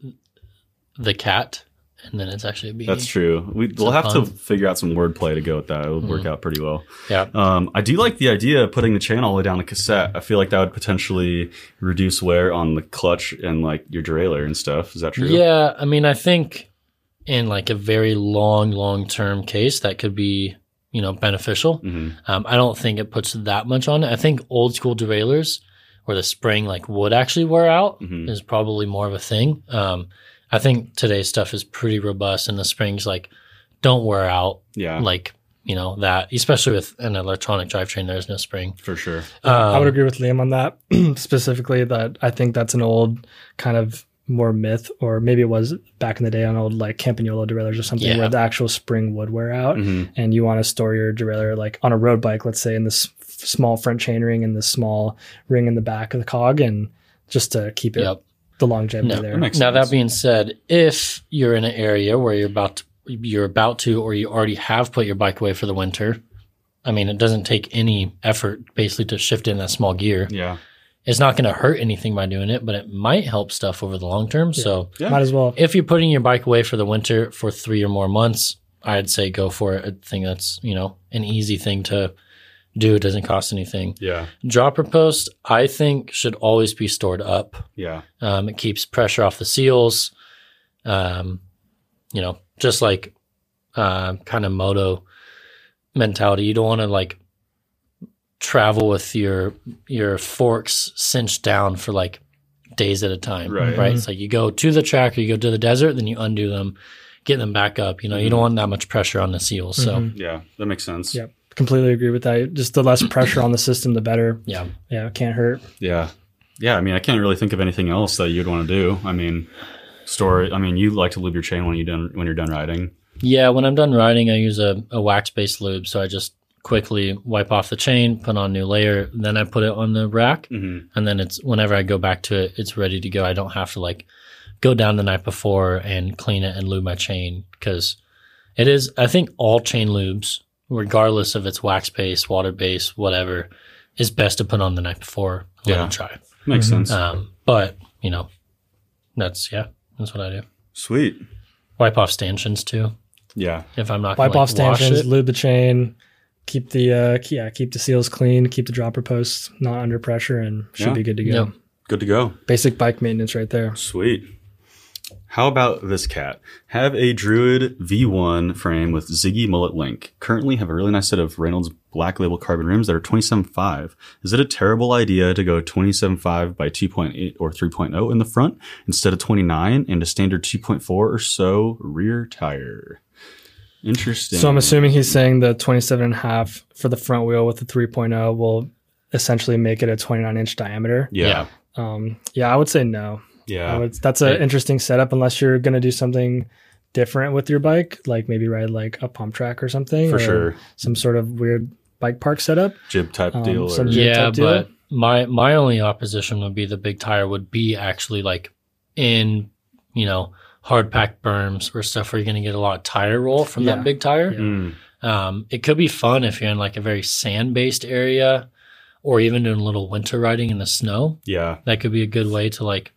[SPEAKER 2] the cat and then it's actually a beanie.
[SPEAKER 1] That's true. We,
[SPEAKER 2] a
[SPEAKER 1] we'll have to
[SPEAKER 2] pun. Mm-hmm.
[SPEAKER 1] figure out some wordplay to go with that. It'll work out pretty well.
[SPEAKER 2] Yeah.
[SPEAKER 1] Um, I do like the idea of putting the chain all the way down the cassette. I feel like that would potentially reduce wear on the clutch and like your derailleur and stuff. Is that true?
[SPEAKER 2] Yeah, I mean, I think in like a very long, long term case, that could be you know beneficial.
[SPEAKER 1] hmm
[SPEAKER 2] Um, I don't think it puts that much on it. I think old school derailleurs where the spring like would actually wear out
[SPEAKER 1] Mhm.
[SPEAKER 2] is probably more of a thing. Um, I think today's stuff is pretty robust, and the springs like don't wear out
[SPEAKER 1] Yeah,
[SPEAKER 2] like you know that, especially with an electronic drivetrain. There is no spring.
[SPEAKER 1] for sure.
[SPEAKER 2] Um,
[SPEAKER 3] I would agree with Liam on that specifically. That I think that's an old kind of more myth, or maybe it was back in the day on old like Campagnolo derailleurs or something,
[SPEAKER 2] Yeah.
[SPEAKER 3] where the actual spring would wear out,
[SPEAKER 1] hmm
[SPEAKER 3] and you want to store your derailleur like on a road bike, let's say in this f- small front chainring and this small ring in the back of the cog, and just to keep it
[SPEAKER 2] Yep.
[SPEAKER 3] the longevity
[SPEAKER 2] No,
[SPEAKER 3] there.
[SPEAKER 1] that makes
[SPEAKER 2] Now
[SPEAKER 1] sense.
[SPEAKER 2] that being said, if you're in an area where you're about to, you're about to or you already have put your bike away for the winter, I mean, it doesn't take any effort basically to shift in that small gear.
[SPEAKER 1] yeah,
[SPEAKER 2] It's not going to hurt anything by doing it, but it might help stuff over the long term. So
[SPEAKER 1] yeah.
[SPEAKER 3] Might as well.
[SPEAKER 2] if you're putting your bike away for the winter for three or more months, I'd say go for it. I think that's you know an easy thing to do. It doesn't cost anything.
[SPEAKER 1] yeah,
[SPEAKER 2] Dropper post, I think, should always be stored up.
[SPEAKER 1] yeah,
[SPEAKER 2] Um, it keeps pressure off the seals. Um, you know, just like uh, kind of moto mentality. You don't want to like travel with your your forks cinched down for like days at a time,
[SPEAKER 1] Right.
[SPEAKER 2] right? It's like you go to the track or you go to the desert, then you undo them, get them back up. You know, you don't want that much pressure on the seals. So
[SPEAKER 3] Mhm.
[SPEAKER 1] yeah. That makes sense.
[SPEAKER 3] Yep. Completely agree with that. Just the less pressure on the system, the better.
[SPEAKER 2] yeah,
[SPEAKER 3] Yeah, it can't hurt.
[SPEAKER 1] Yeah. Yeah. I mean, I can't really think of anything else that you'd want to do. I mean, store. I mean, you like to lube your chain when you done when you're done riding.
[SPEAKER 2] Yeah, when I'm done riding, I use a, a wax based lube. So I just quickly wipe off the chain, put on a new layer, then I put it on the rack.
[SPEAKER 1] Mm-hmm.
[SPEAKER 2] And then it's whenever I go back to it, it's ready to go. I don't have to like go down the night before and clean it and lube my chain because it is, I think all chain lubes, regardless of it's wax based, water based, whatever, is best to put on the night before. and Let
[SPEAKER 1] Yeah.
[SPEAKER 2] it dry.
[SPEAKER 1] Makes sense.
[SPEAKER 2] Um, but, you know, that's, yeah, that's what I do.
[SPEAKER 1] Sweet.
[SPEAKER 2] Wipe off stanchions too.
[SPEAKER 1] Yeah.
[SPEAKER 2] If I'm not gonna,
[SPEAKER 3] Wipe off
[SPEAKER 2] like, wash
[SPEAKER 3] stanchions,
[SPEAKER 2] it.
[SPEAKER 3] lube the chain, keep the uh, ke- yeah, keep the seals clean, keep the dropper posts not under pressure, and should
[SPEAKER 1] Yeah.
[SPEAKER 3] be good to go.
[SPEAKER 2] Yep.
[SPEAKER 1] Good to go.
[SPEAKER 3] Basic bike maintenance right there.
[SPEAKER 1] Sweet. How about this cat? Have a Druid V1 frame with Ziggy Mullet Link. Currently have a really nice set of Reynolds Black Label carbon rims that are 27.5. Is it a terrible idea to go 27.5 by 2.8 or 3.0 in the front instead of 29 and a standard 2.4 or so rear tire? Interesting.
[SPEAKER 3] So I'm assuming he's saying the 27 and a half for the front wheel with the 3.0 will essentially make it a 29 inch diameter.
[SPEAKER 1] Yeah.
[SPEAKER 3] Um, yeah, I would say no. I
[SPEAKER 1] Yeah.
[SPEAKER 3] would, that's an
[SPEAKER 2] I-
[SPEAKER 3] interesting setup unless you're going to do something different with your bike, like maybe ride like a pump track or something.
[SPEAKER 1] For
[SPEAKER 3] or
[SPEAKER 1] sure.
[SPEAKER 3] Some sort of weird bike park setup.
[SPEAKER 1] Jib type
[SPEAKER 3] uh, Um,
[SPEAKER 1] deal.
[SPEAKER 3] some
[SPEAKER 1] or-
[SPEAKER 3] jib-
[SPEAKER 2] yeah
[SPEAKER 3] type deal?
[SPEAKER 2] but my my only opposition would be the big tire would be actually like in you know hard pack berms or stuff where you're going to get a lot of tire roll from
[SPEAKER 3] Yeah.
[SPEAKER 2] that big tire
[SPEAKER 1] Mm,
[SPEAKER 2] um, it could be fun if you're in like a very sand based area or even doing a little winter riding in the snow
[SPEAKER 1] yeah.
[SPEAKER 2] that could be a good way to like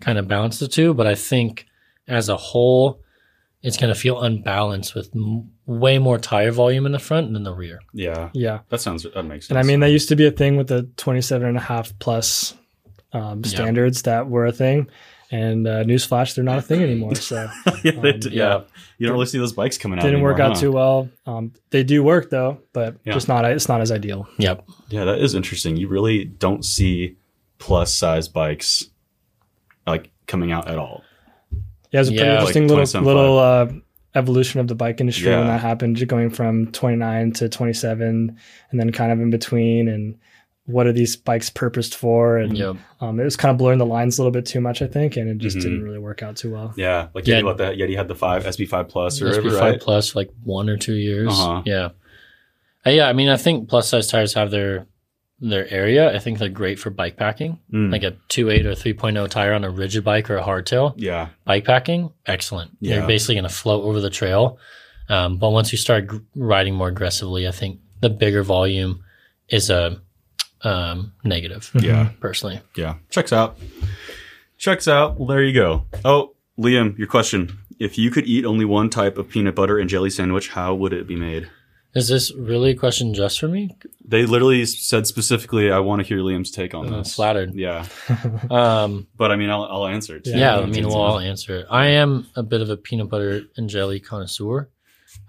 [SPEAKER 2] kind of balance the two but i think as a whole it's going to feel unbalanced with m- way more tire volume in the front than the rear
[SPEAKER 1] Yeah.
[SPEAKER 3] Yeah.
[SPEAKER 1] That sounds, that makes sense.
[SPEAKER 3] And I mean, that used to be a thing with the 27 and a half plus um,
[SPEAKER 2] Yeah.
[SPEAKER 3] standards that were a thing. And uh, newsflash, they're not a thing anymore. So
[SPEAKER 1] yeah, they
[SPEAKER 3] um,
[SPEAKER 1] d- yeah. You don't really see those bikes coming out.
[SPEAKER 3] didn't work
[SPEAKER 1] anymore,
[SPEAKER 3] out
[SPEAKER 1] huh?
[SPEAKER 3] too well. Um, they do work though, but
[SPEAKER 1] Yeah.
[SPEAKER 3] just not it's not as ideal.
[SPEAKER 2] yep
[SPEAKER 1] Yeah, that is interesting. You really don't see plus size bikes like coming out at all.
[SPEAKER 3] Yeah, it was a pretty
[SPEAKER 2] Yeah.
[SPEAKER 3] interesting
[SPEAKER 1] Like
[SPEAKER 3] little little uh, evolution of the bike industry when
[SPEAKER 1] Yeah.
[SPEAKER 3] that happened, just going from 29 to 27, and then kind of in between. And what are these bikes purposed for?
[SPEAKER 1] Mm-hmm.
[SPEAKER 3] And
[SPEAKER 2] yep
[SPEAKER 3] um, it was kind of blurring the lines a little bit too much, I think, and it just
[SPEAKER 1] Mhm.
[SPEAKER 3] didn't really work out too well.
[SPEAKER 1] Yeah, like
[SPEAKER 2] Yeah.
[SPEAKER 1] Yeti, what the Yeti had the five SB five plus or
[SPEAKER 2] SP
[SPEAKER 1] whatever,
[SPEAKER 2] five
[SPEAKER 1] right?
[SPEAKER 2] plus for like one or two years.
[SPEAKER 1] Uh-huh.
[SPEAKER 2] Yeah, Uh, yeah. I mean, I think plus size tires have their their area. I think they're great for bike packing,
[SPEAKER 1] Mm,
[SPEAKER 2] like a two eight or three oh tire on a rigid bike or a hardtail.
[SPEAKER 1] yeah,
[SPEAKER 2] Bike packing, excellent.
[SPEAKER 1] Yeah.
[SPEAKER 2] You're basically going to float over the trail. Um, but once you start gr- riding more aggressively, I think the bigger volume is a um, negative.
[SPEAKER 3] Hmm.
[SPEAKER 1] yeah,
[SPEAKER 2] Personally,
[SPEAKER 1] yeah. Checks out. Checks out. Well, there you go. Oh, Liam, your question. If you could eat only one type of peanut butter and jelly sandwich, how would it be made?
[SPEAKER 2] Is this really a question just for me?
[SPEAKER 1] They literally said specifically, I want to hear Liam's take on
[SPEAKER 2] I'm
[SPEAKER 1] this.
[SPEAKER 2] flattered.
[SPEAKER 1] Yeah.
[SPEAKER 2] Um,
[SPEAKER 1] But I mean, I'll, I'll answer it. too.
[SPEAKER 2] yeah,
[SPEAKER 3] Yeah,
[SPEAKER 2] I mean, we'll all answer. it. I am a bit of a peanut butter and jelly connoisseur.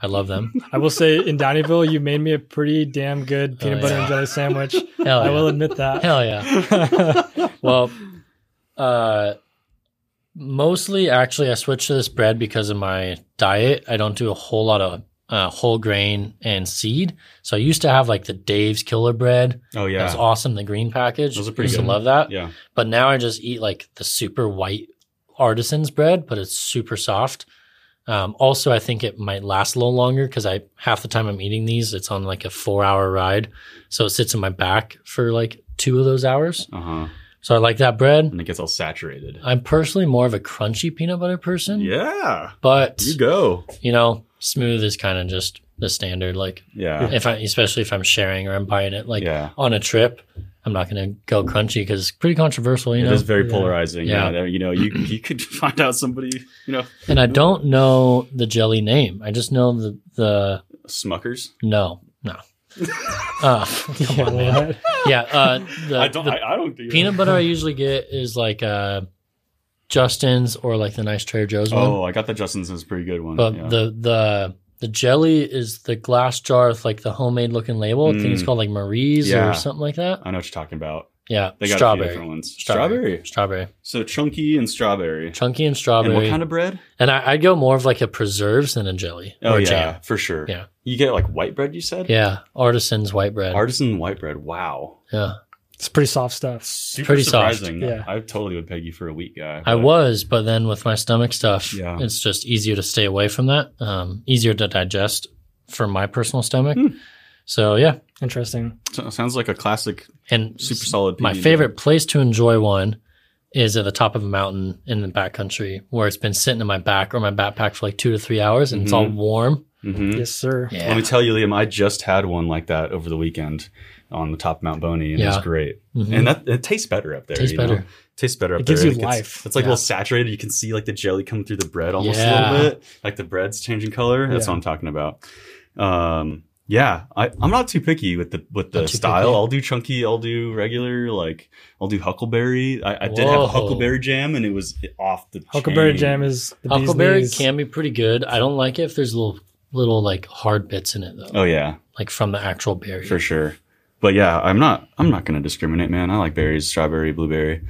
[SPEAKER 2] I love them.
[SPEAKER 3] I will say in Downeyville, you made me a pretty damn good peanut
[SPEAKER 2] Oh,
[SPEAKER 3] butter
[SPEAKER 2] yeah.
[SPEAKER 3] and jelly sandwich.
[SPEAKER 2] Hell
[SPEAKER 3] I
[SPEAKER 2] yeah.
[SPEAKER 3] will admit that.
[SPEAKER 2] Hell yeah. well, uh, mostly actually, I switched to this bread because of my diet. I don't do a whole lot of uh, whole grain and seed. So I used to have like the Dave's Killer Bread.
[SPEAKER 1] Oh, yeah.
[SPEAKER 2] That's awesome. The green package.
[SPEAKER 1] Those are pretty
[SPEAKER 2] Used to
[SPEAKER 1] good.
[SPEAKER 2] love that.
[SPEAKER 1] Yeah.
[SPEAKER 2] But now I just eat like the super white artisan's bread, but it's super soft. Um, also, I think it might last a little longer because I half the time I'm eating these, it's on like a four hour ride, so it sits in my back for like two of those hours.
[SPEAKER 1] Uh huh.
[SPEAKER 2] So I like that bread.
[SPEAKER 1] And it gets all saturated.
[SPEAKER 2] I'm personally more of a crunchy peanut butter person,
[SPEAKER 1] Yeah.
[SPEAKER 2] but
[SPEAKER 1] You go.
[SPEAKER 2] you know, smooth is kind of just the standard. Like
[SPEAKER 1] Yeah.
[SPEAKER 2] if I, especially if I'm sharing or I'm buying it like
[SPEAKER 1] yeah.
[SPEAKER 2] on a trip, I'm not gonna go crunchy because it's pretty controversial. You
[SPEAKER 1] It
[SPEAKER 2] know,
[SPEAKER 1] is very
[SPEAKER 3] Yeah.
[SPEAKER 1] polarizing.
[SPEAKER 2] Yeah.
[SPEAKER 1] Yeah. You know, you, you could find out somebody, you know,
[SPEAKER 2] And I don't know the jelly name. I just know the the
[SPEAKER 1] Smuckers.
[SPEAKER 2] no no. Uh, come on, man.
[SPEAKER 3] What?
[SPEAKER 2] Yeah, uh, the,
[SPEAKER 1] I don't,
[SPEAKER 2] the
[SPEAKER 1] I, I don't do
[SPEAKER 2] peanut butter I usually get is like uh, Justin's or like the nice Trader Joe's one.
[SPEAKER 1] Oh, I got the Justin's is a pretty good one.
[SPEAKER 2] But
[SPEAKER 1] yeah.
[SPEAKER 2] the the the jelly is the glass jar with like the homemade looking label. I think it's
[SPEAKER 1] Mm.
[SPEAKER 2] called like Marie's
[SPEAKER 1] Yeah.
[SPEAKER 2] or something like that.
[SPEAKER 1] I know what you're talking about.
[SPEAKER 2] Yeah,
[SPEAKER 1] They got a few
[SPEAKER 2] strawberry.
[SPEAKER 1] different ones.
[SPEAKER 2] strawberry, strawberry,
[SPEAKER 1] So chunky and strawberry.
[SPEAKER 2] chunky and
[SPEAKER 1] And
[SPEAKER 2] strawberry.
[SPEAKER 1] what
[SPEAKER 2] And,
[SPEAKER 1] kind of bread?
[SPEAKER 2] I, I'd go more of like a preserves than a jelly
[SPEAKER 1] Oh
[SPEAKER 2] or
[SPEAKER 1] yeah,
[SPEAKER 2] jam.
[SPEAKER 1] for sure.
[SPEAKER 2] Yeah.
[SPEAKER 1] You get like white bread, you said?
[SPEAKER 2] Yeah, artisan's white bread.
[SPEAKER 1] Artisan white bread. Wow.
[SPEAKER 2] yeah.
[SPEAKER 3] It's pretty soft stuff.
[SPEAKER 1] Super
[SPEAKER 2] pretty soft.
[SPEAKER 1] surprising.
[SPEAKER 3] Yeah.
[SPEAKER 1] I totally would peg you for a wheat guy.
[SPEAKER 2] I
[SPEAKER 1] but-
[SPEAKER 2] was, but then with my stomach stuff,
[SPEAKER 1] Yeah.
[SPEAKER 2] it's just easier to stay away from that. Um, easier to digest for my personal stomach.
[SPEAKER 1] Hmm.
[SPEAKER 2] So yeah,
[SPEAKER 3] Interesting.
[SPEAKER 1] So- sounds like a classic,
[SPEAKER 2] and
[SPEAKER 1] super solid.
[SPEAKER 2] my
[SPEAKER 1] PB&J.
[SPEAKER 2] favorite place to enjoy one is at the top of a mountain in the backcountry where it's been sitting in my back or my backpack for like two to three hours, and it's all
[SPEAKER 1] Mhm.
[SPEAKER 2] warm.
[SPEAKER 1] Mhm.
[SPEAKER 3] Yes, sir.
[SPEAKER 1] Let
[SPEAKER 2] Yeah,
[SPEAKER 1] me tell you, Liam, I just had one like that over the weekend on the top of Mount Boney, and it
[SPEAKER 2] Yeah.
[SPEAKER 1] was great.
[SPEAKER 2] Mhm.
[SPEAKER 1] And that it tastes better up there.
[SPEAKER 2] tastes
[SPEAKER 1] you know?
[SPEAKER 2] better.
[SPEAKER 1] Tastes better up
[SPEAKER 3] It
[SPEAKER 1] there.
[SPEAKER 3] gives you
[SPEAKER 1] gets-
[SPEAKER 3] life.
[SPEAKER 1] It's like a
[SPEAKER 2] Yeah.
[SPEAKER 1] little saturated. You can see like the jelly come through the bread almost a
[SPEAKER 2] Yeah.
[SPEAKER 1] little bit. Like the bread's changing color. That's
[SPEAKER 3] Yeah.
[SPEAKER 1] what I'm talking about. Um, yeah, I, I'm not too picky with the with the
[SPEAKER 2] Not too
[SPEAKER 1] style.
[SPEAKER 2] picky.
[SPEAKER 1] I'll do chunky. I'll do regular. Like I'll do huckleberry. I, I did have a
[SPEAKER 2] Whoa.
[SPEAKER 1] huckleberry jam, and it was off the
[SPEAKER 3] Huckleberry
[SPEAKER 1] chain.
[SPEAKER 3] jam is the bee's
[SPEAKER 2] Huckleberry
[SPEAKER 3] knees.
[SPEAKER 2] can be pretty good. I don't like it if there's little little like hard bits in it though,
[SPEAKER 1] Oh yeah,
[SPEAKER 2] like from the actual berry.
[SPEAKER 1] for sure. But yeah, I'm not I'm not gonna discriminate, man. I like berries, strawberry, blueberry.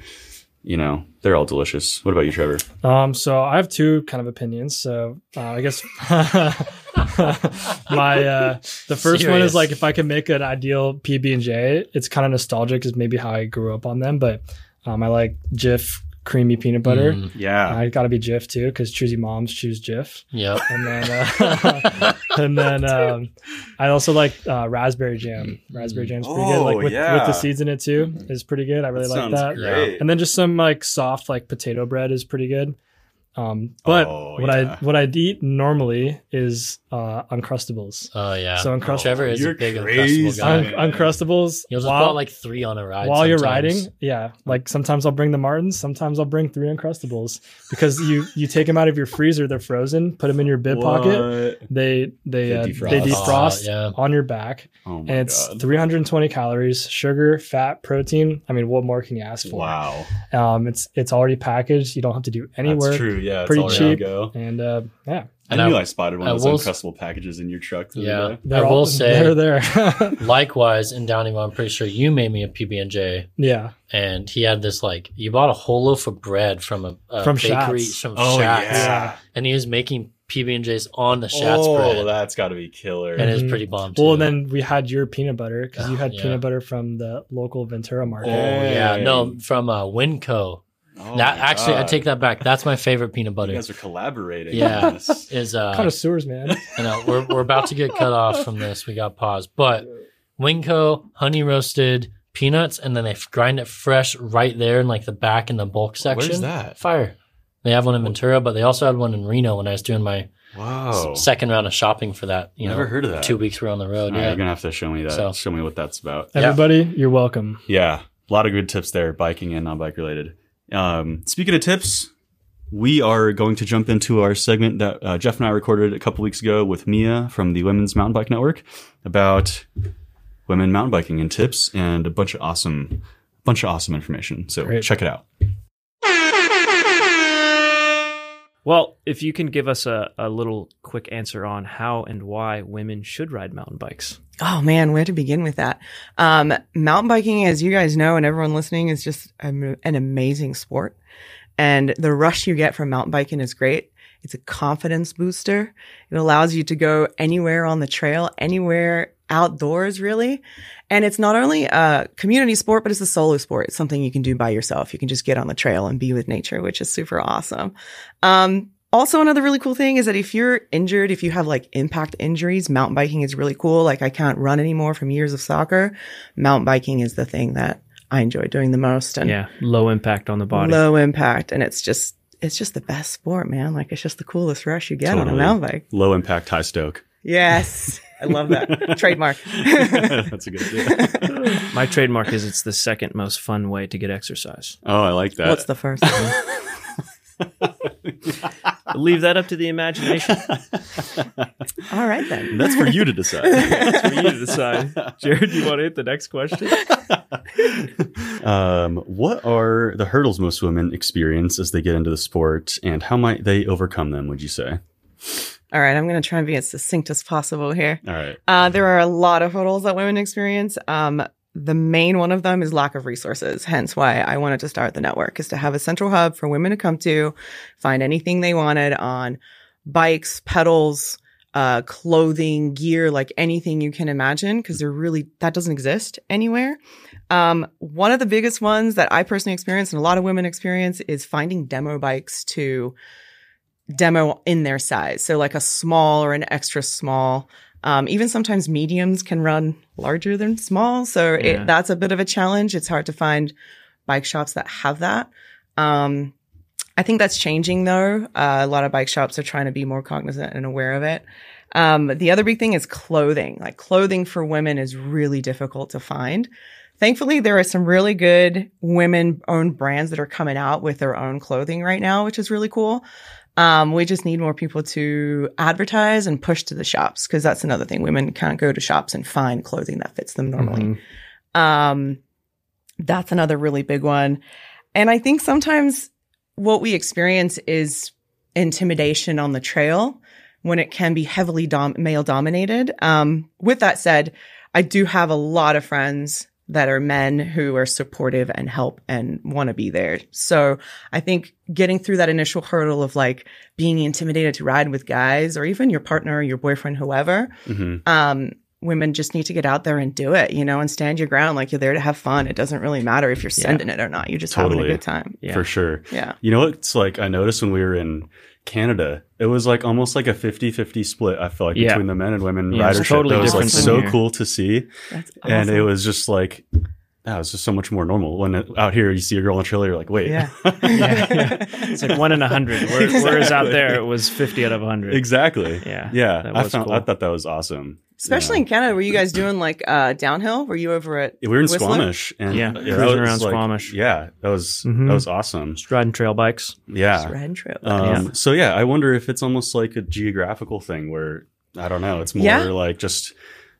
[SPEAKER 1] You know, they're all delicious. What about you, Trevor?
[SPEAKER 3] Um, so I have two kind of opinions. So uh, I guess my uh, the first one
[SPEAKER 2] Serious.
[SPEAKER 3] is like if I can make an ideal PB and J, it's kind of nostalgic, is maybe how I grew up on them. But um, I like Jif creamy peanut butter.
[SPEAKER 2] Mm,
[SPEAKER 1] Yeah,
[SPEAKER 3] I gotta be Jif too because choosy moms choose Jif.
[SPEAKER 2] yep.
[SPEAKER 3] And then uh, and then um, I also like uh, raspberry jam. Raspberry jam's pretty good.
[SPEAKER 1] Mm. Oh,
[SPEAKER 3] Like with, with
[SPEAKER 1] yeah.
[SPEAKER 3] the seeds in it too
[SPEAKER 2] Mm-hmm.
[SPEAKER 3] is pretty good. I really like
[SPEAKER 1] sounds
[SPEAKER 3] that.
[SPEAKER 1] Great.
[SPEAKER 3] And then just some like soft like potato bread is pretty good. Um, but
[SPEAKER 1] Oh,
[SPEAKER 3] what
[SPEAKER 1] yeah.
[SPEAKER 3] I what I'd eat normally is uh, uncrustables.
[SPEAKER 2] Oh yeah.
[SPEAKER 3] So Uncrustables.
[SPEAKER 2] Trevor is a
[SPEAKER 1] You're
[SPEAKER 2] big
[SPEAKER 1] crazy.
[SPEAKER 2] uncrustable guy.
[SPEAKER 1] Yeah.
[SPEAKER 3] Un- uncrustables.
[SPEAKER 2] You'll just
[SPEAKER 3] while,
[SPEAKER 2] bought like three on a ride
[SPEAKER 3] while you're riding,
[SPEAKER 2] sometimes.
[SPEAKER 3] yeah. Like sometimes I'll bring the Martins, sometimes I'll bring three uncrustables because you you take them out of your freezer, they're frozen, put them in your bib pocket.
[SPEAKER 1] What?
[SPEAKER 3] They they
[SPEAKER 1] They
[SPEAKER 3] uh,
[SPEAKER 1] defrost.
[SPEAKER 3] they
[SPEAKER 1] Oh,
[SPEAKER 3] defrost
[SPEAKER 2] yeah.
[SPEAKER 3] on your back,
[SPEAKER 1] Oh my
[SPEAKER 3] and it's
[SPEAKER 1] god!
[SPEAKER 3] 320 calories, sugar, fat, protein. I mean, what more can you ask for?
[SPEAKER 1] Wow,
[SPEAKER 3] Um, it's it's already packaged. You don't have to do any
[SPEAKER 1] that's
[SPEAKER 3] work.
[SPEAKER 1] true. Yeah, it's
[SPEAKER 3] pretty
[SPEAKER 1] all around
[SPEAKER 3] cheap.
[SPEAKER 1] Go.
[SPEAKER 3] And uh, yeah,
[SPEAKER 1] I
[SPEAKER 2] And
[SPEAKER 1] knew I,
[SPEAKER 2] I-
[SPEAKER 1] spotted one
[SPEAKER 2] I
[SPEAKER 1] of
[SPEAKER 2] will
[SPEAKER 1] those
[SPEAKER 2] s-
[SPEAKER 1] uncrustable packages in your truck. The
[SPEAKER 2] Yeah.
[SPEAKER 1] other day.
[SPEAKER 3] they're
[SPEAKER 2] I
[SPEAKER 3] all-
[SPEAKER 2] will say-
[SPEAKER 3] they're there.
[SPEAKER 2] Likewise, in Downeyville, I'm pretty sure you made me a PB and J,
[SPEAKER 3] yeah,
[SPEAKER 2] and he had this like you bought a whole loaf of bread from a, a
[SPEAKER 3] From
[SPEAKER 2] bakery
[SPEAKER 3] Schatz.
[SPEAKER 2] from
[SPEAKER 1] Oh
[SPEAKER 2] Schatz,
[SPEAKER 1] yeah,
[SPEAKER 2] and he was making PB and J's on the Schatz
[SPEAKER 1] oh,
[SPEAKER 2] bread,
[SPEAKER 1] that's got to be killer.
[SPEAKER 2] and it was
[SPEAKER 3] Mhm.
[SPEAKER 2] pretty bomb.
[SPEAKER 3] Well,
[SPEAKER 2] too.
[SPEAKER 3] and then we had your peanut butter because you
[SPEAKER 2] Ah,
[SPEAKER 3] had
[SPEAKER 2] yeah.
[SPEAKER 3] peanut butter from the local Ventura
[SPEAKER 1] Oh,
[SPEAKER 3] market.
[SPEAKER 2] yeah,
[SPEAKER 1] hey.
[SPEAKER 2] no, from uh, Winco.
[SPEAKER 1] Oh
[SPEAKER 2] that
[SPEAKER 1] my
[SPEAKER 2] actually, I
[SPEAKER 1] God.
[SPEAKER 2] take that back. That's my favorite peanut
[SPEAKER 1] You
[SPEAKER 2] butter.
[SPEAKER 1] guys are collaborating.
[SPEAKER 2] Yeah.
[SPEAKER 1] on this.
[SPEAKER 2] Is uh,
[SPEAKER 3] Connoisseurs, man.
[SPEAKER 2] I know we're we're about to get cut off from this. We got paused, but Winco honey roasted peanuts, and then they f- grind it fresh right there in like the back in the bulk section.
[SPEAKER 1] Where's that?
[SPEAKER 2] Fire. They have one in Ventura, but they also had one in Reno when I was doing my
[SPEAKER 1] Wow.
[SPEAKER 2] s- second round of shopping for that. You
[SPEAKER 1] Never
[SPEAKER 2] know,
[SPEAKER 1] heard of that.
[SPEAKER 2] two weeks we we're on the
[SPEAKER 1] All
[SPEAKER 2] road.
[SPEAKER 1] right,
[SPEAKER 2] yeah.
[SPEAKER 1] You're gonna have to show me that.
[SPEAKER 2] So-
[SPEAKER 1] Show me what that's about.
[SPEAKER 2] Yeah.
[SPEAKER 3] Everybody, you're welcome.
[SPEAKER 1] Yeah, a lot of good tips there, biking and non-bike related. Um, speaking of tips, we are going to jump into our segment that uh, Jeff and I recorded a couple weeks ago with Mia from the Women's Mountain Bike Network about women mountain biking and tips and a bunch of awesome, bunch of awesome information. So
[SPEAKER 3] Great.
[SPEAKER 1] check it out.
[SPEAKER 4] Well, if you can give us a, a little quick answer on how and why women should ride mountain bikes.
[SPEAKER 5] Oh man, where to begin with that? Um, mountain biking, as you guys know, and everyone listening, is just am- an amazing sport. And the rush you get from mountain biking is great. It's a confidence booster. It allows you to go anywhere on the trail, anywhere outdoors, really. And it's not only a community sport, but it's a solo sport. It's something you can do by yourself. You can just get on the trail and be with nature, which is super awesome. Um, also, another really cool thing is that if you're injured, if you have like impact injuries, mountain biking is really cool. Like I can't run anymore from years of soccer. Mountain biking is the thing that I enjoy doing the most and
[SPEAKER 4] Yeah, low impact on the body.
[SPEAKER 5] low impact. And it's just, it's just the best sport, man. Like it's just the coolest rush you get on
[SPEAKER 1] Totally.
[SPEAKER 5] a mountain bike.
[SPEAKER 1] Low impact, high stoke.
[SPEAKER 5] Yes. I love that. Trademark.
[SPEAKER 1] That's a good idea.
[SPEAKER 4] My trademark is it's the second most fun way to get exercise.
[SPEAKER 1] Oh, I like that.
[SPEAKER 5] What's the first one?
[SPEAKER 4] Leave that up to the imagination.
[SPEAKER 5] All right then.
[SPEAKER 1] That's for you to decide.
[SPEAKER 4] That's for you to decide. Jared, you want to hit the next question?
[SPEAKER 1] um, what are the hurdles most women experience as they get into the sport, and how might they overcome them? Would you say?
[SPEAKER 5] All right. I'm going to try and be as succinct as possible here.
[SPEAKER 1] All right.
[SPEAKER 5] Uh, there are a lot of hurdles that women experience. Um, the main one of them is lack of resources, hence why I wanted to start the network is to have a central hub for women to come to, find anything they wanted on bikes, pedals, uh, clothing, gear, like anything you can imagine, because there really that doesn't exist anywhere. Um, one of the biggest ones that I personally experience and a lot of women experience is finding demo bikes to demo in their size. So like a small or an extra small. Um, even sometimes mediums can run larger than small. So
[SPEAKER 4] Yeah.
[SPEAKER 5] it, that's a bit of a challenge. It's hard to find bike shops that have that. Um, I think that's changing though. Uh, a lot of bike shops are trying to be more cognizant and aware of it. Um, the other big thing is clothing. Like clothing for women is really difficult to find. Thankfully, there are some really good women owned brands that are coming out with their own clothing right now, which is really cool. Um, we just need more people to advertise and push to the shops because that's another thing. Women can't go to shops and find clothing that fits them normally.
[SPEAKER 3] Mhm.
[SPEAKER 5] Um, that's another really big one. And I think sometimes what we experience is intimidation on the trail when it can be heavily dom- male dominated. Um, with that said, I do have a lot of friends that are men who are supportive and help and want to be there. So I think getting through that initial hurdle of like being intimidated to ride with guys or even your partner or your boyfriend, whoever,
[SPEAKER 1] hmm
[SPEAKER 5] um, women just need to get out there and do it, you know, and stand your ground. Like you're there to have fun. It doesn't really matter if you're
[SPEAKER 4] Yeah.
[SPEAKER 5] sending it or not. You're just having
[SPEAKER 1] Totally.
[SPEAKER 5] a good time.
[SPEAKER 4] Yeah.
[SPEAKER 1] For sure.
[SPEAKER 5] Yeah.
[SPEAKER 1] You know what? It's like I noticed when we were in Canada, it was like almost like a 50 50 split, I feel like,
[SPEAKER 4] Yeah.
[SPEAKER 1] between the men and women
[SPEAKER 4] Yeah, it's
[SPEAKER 1] ridership.
[SPEAKER 4] totally
[SPEAKER 1] that was like
[SPEAKER 5] different than
[SPEAKER 1] so
[SPEAKER 4] here.
[SPEAKER 1] cool to see.
[SPEAKER 5] That's
[SPEAKER 1] And it
[SPEAKER 5] awesome.
[SPEAKER 1] was just like, that was just so much more normal. When it- out here, you see a girl on a trailer, you're like, wait.
[SPEAKER 5] Yeah.
[SPEAKER 4] It's like one in a hundred. Where- Whereas out there, it was 50 out of 100.
[SPEAKER 1] Exactly.
[SPEAKER 4] Yeah.
[SPEAKER 1] Yeah.
[SPEAKER 4] That
[SPEAKER 1] I,
[SPEAKER 4] was
[SPEAKER 1] found,
[SPEAKER 4] cool.
[SPEAKER 1] I thought that was awesome.
[SPEAKER 5] Especially in Canada, were you guys doing like uh, downhill? Were you over at?
[SPEAKER 1] We were in
[SPEAKER 5] Whistler?
[SPEAKER 1] Squamish. And
[SPEAKER 4] Yeah,
[SPEAKER 1] that
[SPEAKER 4] cruising
[SPEAKER 1] was
[SPEAKER 4] around Squamish.
[SPEAKER 1] Yeah. That was,
[SPEAKER 5] Mm-hmm.
[SPEAKER 4] Mhm.
[SPEAKER 1] that was awesome.
[SPEAKER 4] Just riding trail bikes.
[SPEAKER 1] Yeah.
[SPEAKER 5] Red Trail.
[SPEAKER 1] Um, So yeah, I wonder if it's almost like a geographical thing where I don't know. It's more
[SPEAKER 5] Yeah.
[SPEAKER 1] like just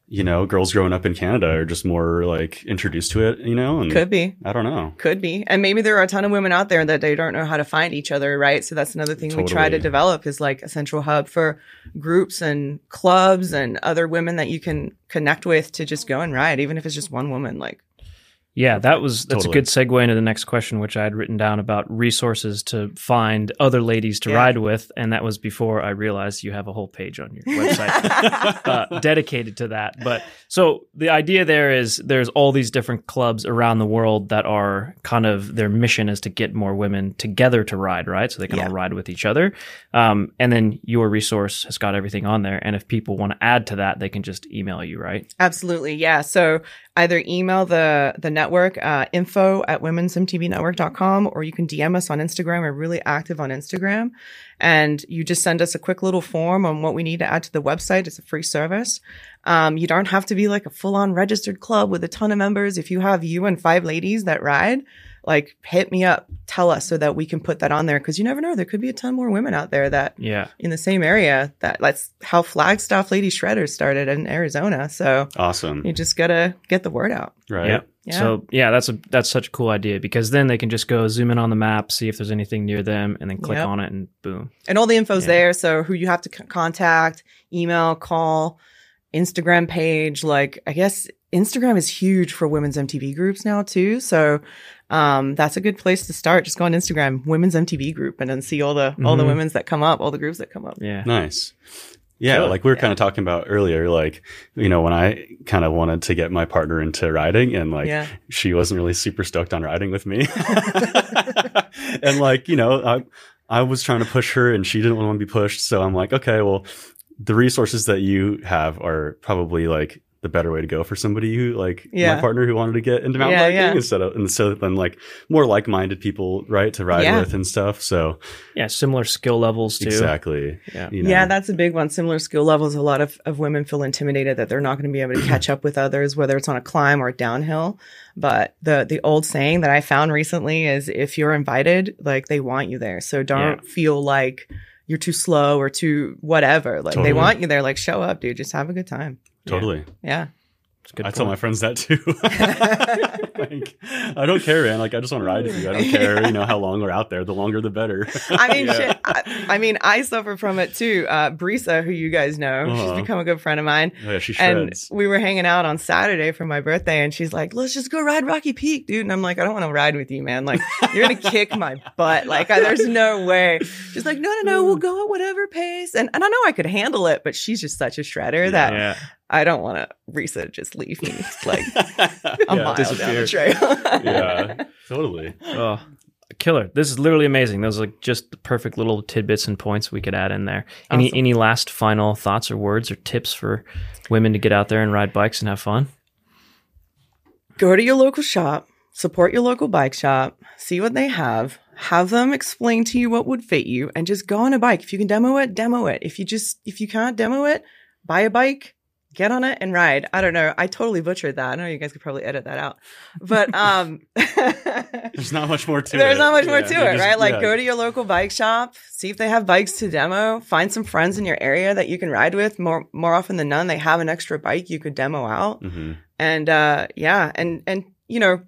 [SPEAKER 1] you know, girls growing up in Canada are just more like introduced to it, you know, and
[SPEAKER 5] Could be.
[SPEAKER 1] I don't know.
[SPEAKER 5] Could be. And maybe there are a ton of women out there that they don't know how to find each other, right? So that's another thing we try to
[SPEAKER 1] Totally.
[SPEAKER 5] develop is like a central hub for groups and clubs and other women that you can connect with to just go and ride, even if it's just one woman. Like,
[SPEAKER 4] Yeah, that was that's
[SPEAKER 1] Totally.
[SPEAKER 4] a good segue into the next question, which I had written down about resources to find other ladies to
[SPEAKER 5] Yeah.
[SPEAKER 4] ride with, and that was before I realized you have a whole page on your website uh, dedicated to that. But so the idea there is there's all these different clubs around the world that are kind of their mission is to get more women together to ride, right? So they can
[SPEAKER 5] Yeah.
[SPEAKER 4] all ride with each other. Um, and then your resource has got everything on there, and if people want to add to that, they can just email you, right?
[SPEAKER 5] Absolutely. Yeah. So either email the the network, uh, info at womensmtvnetwork.com, or you can DM us on Instagram. We're really active on Instagram. And you just send us a quick little form on what we need to add to the website. It's a free service. Um, you don't have to be like a full on registered club with a ton of members. If you have you and five ladies that ride, like hit me up, tell us so that we can put that on there because you never know, there could be a ton more women out there that
[SPEAKER 4] Yeah.
[SPEAKER 5] in the same area that that's how Flagstaff Lady Shredders started in Arizona. So
[SPEAKER 1] Awesome.
[SPEAKER 5] you just gotta get the word out.
[SPEAKER 1] Right.
[SPEAKER 4] Yep.
[SPEAKER 5] Yeah.
[SPEAKER 4] So yeah, that's a that's such a cool idea because then they can just go zoom in on the map, see if there's anything near them, and then click
[SPEAKER 5] Yep.
[SPEAKER 4] on it, and boom.
[SPEAKER 5] and all the info's
[SPEAKER 4] Yeah.
[SPEAKER 5] there. So who you have to c- contact, email, call, Instagram page. Like I guess Instagram is huge for women's MTV groups now too. So um, that's a good place to start. Just go on Instagram, women's MTV group, and then see all the all the
[SPEAKER 4] Mhm.
[SPEAKER 5] women's that come up, all the groups that come up.
[SPEAKER 4] Yeah.
[SPEAKER 1] Nice. Yeah,
[SPEAKER 4] Cool.
[SPEAKER 1] like we were kind of talking about earlier, like, you know, when I kind of wanted to get my partner into riding and like
[SPEAKER 5] yeah,
[SPEAKER 1] she wasn't really super stoked on riding with me. and like, you know, I I was trying to push her and she didn't want to be pushed. So I'm like, okay, well, the resources that you have are probably like the better way to go for somebody who like
[SPEAKER 5] Yeah.
[SPEAKER 1] my partner who wanted to get into mountain
[SPEAKER 5] Yeah,
[SPEAKER 1] biking
[SPEAKER 5] yeah.
[SPEAKER 1] instead of and so then like more like minded people, right, to ride
[SPEAKER 5] Yeah.
[SPEAKER 1] with and stuff. So
[SPEAKER 4] Yeah. Similar skill levels too.
[SPEAKER 1] exactly.
[SPEAKER 4] Yeah.
[SPEAKER 1] you know.
[SPEAKER 5] yeah, that's a big one. Similar skill levels. A lot of, of women feel intimidated that they're not going to be able to catch up with others, whether it's on a climb or downhill. But the the old saying that I found recently is if you're invited, like they want you there. So don't feel like you're too slow or too whatever. Like
[SPEAKER 1] Totally.
[SPEAKER 5] they want you there. Like show up, dude. Just have a good time.
[SPEAKER 1] Totally.
[SPEAKER 5] Yeah.
[SPEAKER 4] It's a good
[SPEAKER 1] I tell my
[SPEAKER 4] point.
[SPEAKER 1] friends that too. like, I don't care, man. Like, I just want to ride with you. I don't care, you know, how long we're out there. The longer, the better.
[SPEAKER 5] I mean,
[SPEAKER 1] Yeah.
[SPEAKER 5] shit, I, I mean, I suffer from it too. Uh, Brisa, who you guys know,
[SPEAKER 1] Uh-huh.
[SPEAKER 5] she's become a good friend of mine.
[SPEAKER 1] Oh, yeah, she
[SPEAKER 5] and
[SPEAKER 1] shreds.
[SPEAKER 5] we were hanging out on Saturday for my birthday, and she's like, "Let's just go ride Rocky Peak, dude." And I'm like, "I don't want to ride with you, man. Like, you're gonna kick my butt. Like, I, there's no way." She's like, "No, no, no. We'll go at whatever pace." And and I know I could handle it, but she's just such a shredder that
[SPEAKER 4] Yeah.
[SPEAKER 5] I don't want to. Risa just leave me like a mile down the
[SPEAKER 1] disappear.
[SPEAKER 5] trail.
[SPEAKER 1] yeah, totally.
[SPEAKER 4] Oh, killer! This is literally amazing. Those are like just the perfect little tidbits and points we could add in there. Any
[SPEAKER 5] Awesome.
[SPEAKER 4] any last final thoughts or words or tips for women to get out there and ride bikes and have fun?
[SPEAKER 5] go to your local shop, support your local bike shop, see what they have, have them explain to you what would fit you, and just go on a bike. If you can demo it, demo it. If you just if you can't demo it, buy a bike, get on it and ride. I don't know. I totally butchered that. I know you guys could probably edit that out. But um
[SPEAKER 1] There's not much more to it.
[SPEAKER 5] There's not much more
[SPEAKER 1] Yeah,
[SPEAKER 5] to
[SPEAKER 1] you
[SPEAKER 5] it,
[SPEAKER 1] just-
[SPEAKER 5] right? Like,
[SPEAKER 1] yeah.
[SPEAKER 5] go to your local bike shop, see if they have bikes to demo, find some friends in your area that you can ride with. More more often than none, they have an extra bike you could demo out
[SPEAKER 1] Mhm.
[SPEAKER 5] and uh yeah and and you know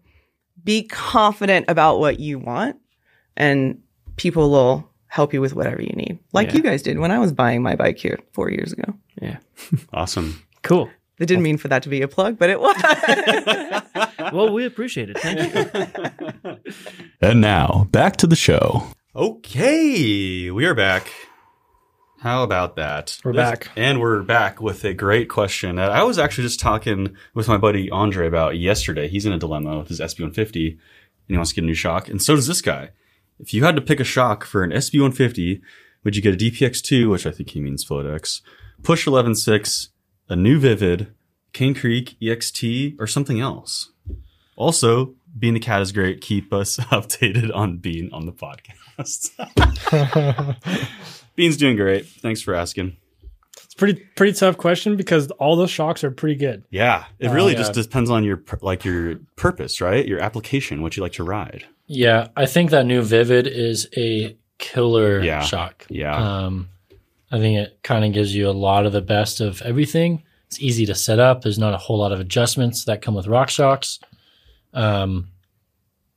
[SPEAKER 5] be confident about what you want and people will help you with whatever you need like
[SPEAKER 4] Yeah.
[SPEAKER 5] you guys did when i was buying my bike here four years ago
[SPEAKER 1] Awesome.
[SPEAKER 4] Cool.
[SPEAKER 5] they didn't mean for that to be a plug but it was
[SPEAKER 4] Well, we appreciate it. Thank you.
[SPEAKER 6] And now, back to the show.
[SPEAKER 1] Okay, we are back. How about that?
[SPEAKER 3] We're
[SPEAKER 1] This-
[SPEAKER 3] back.
[SPEAKER 1] And we're back with a great question that I was actually just talking with my buddy Andre about yesterday. He's in a dilemma with his SB150 and he wants to get a new shock. And so does this guy. If you had to pick a shock for an SB150, would you get a DPX2, which I think he means Floatex, Push 11.6, a new Vivid, Cane Creek, EXT, or something else? Also, being the cat is great. Keep us updated on being on the podcast. Bean's doing great. Thanks for asking.
[SPEAKER 3] It's pretty pretty tough question because all those shocks are pretty good.
[SPEAKER 1] Yeah, it really
[SPEAKER 2] Oh, yeah.
[SPEAKER 1] just depends on your pur- like your purpose, right? Your application, what you like to ride.
[SPEAKER 2] Yeah, I think that new Vivid is a killer
[SPEAKER 1] Yeah.
[SPEAKER 2] shock.
[SPEAKER 1] Yeah,
[SPEAKER 2] Um, I think it kind of gives you a lot of the best of everything. It's easy to set up. There's not a whole lot of adjustments that come with rock shocks. Um,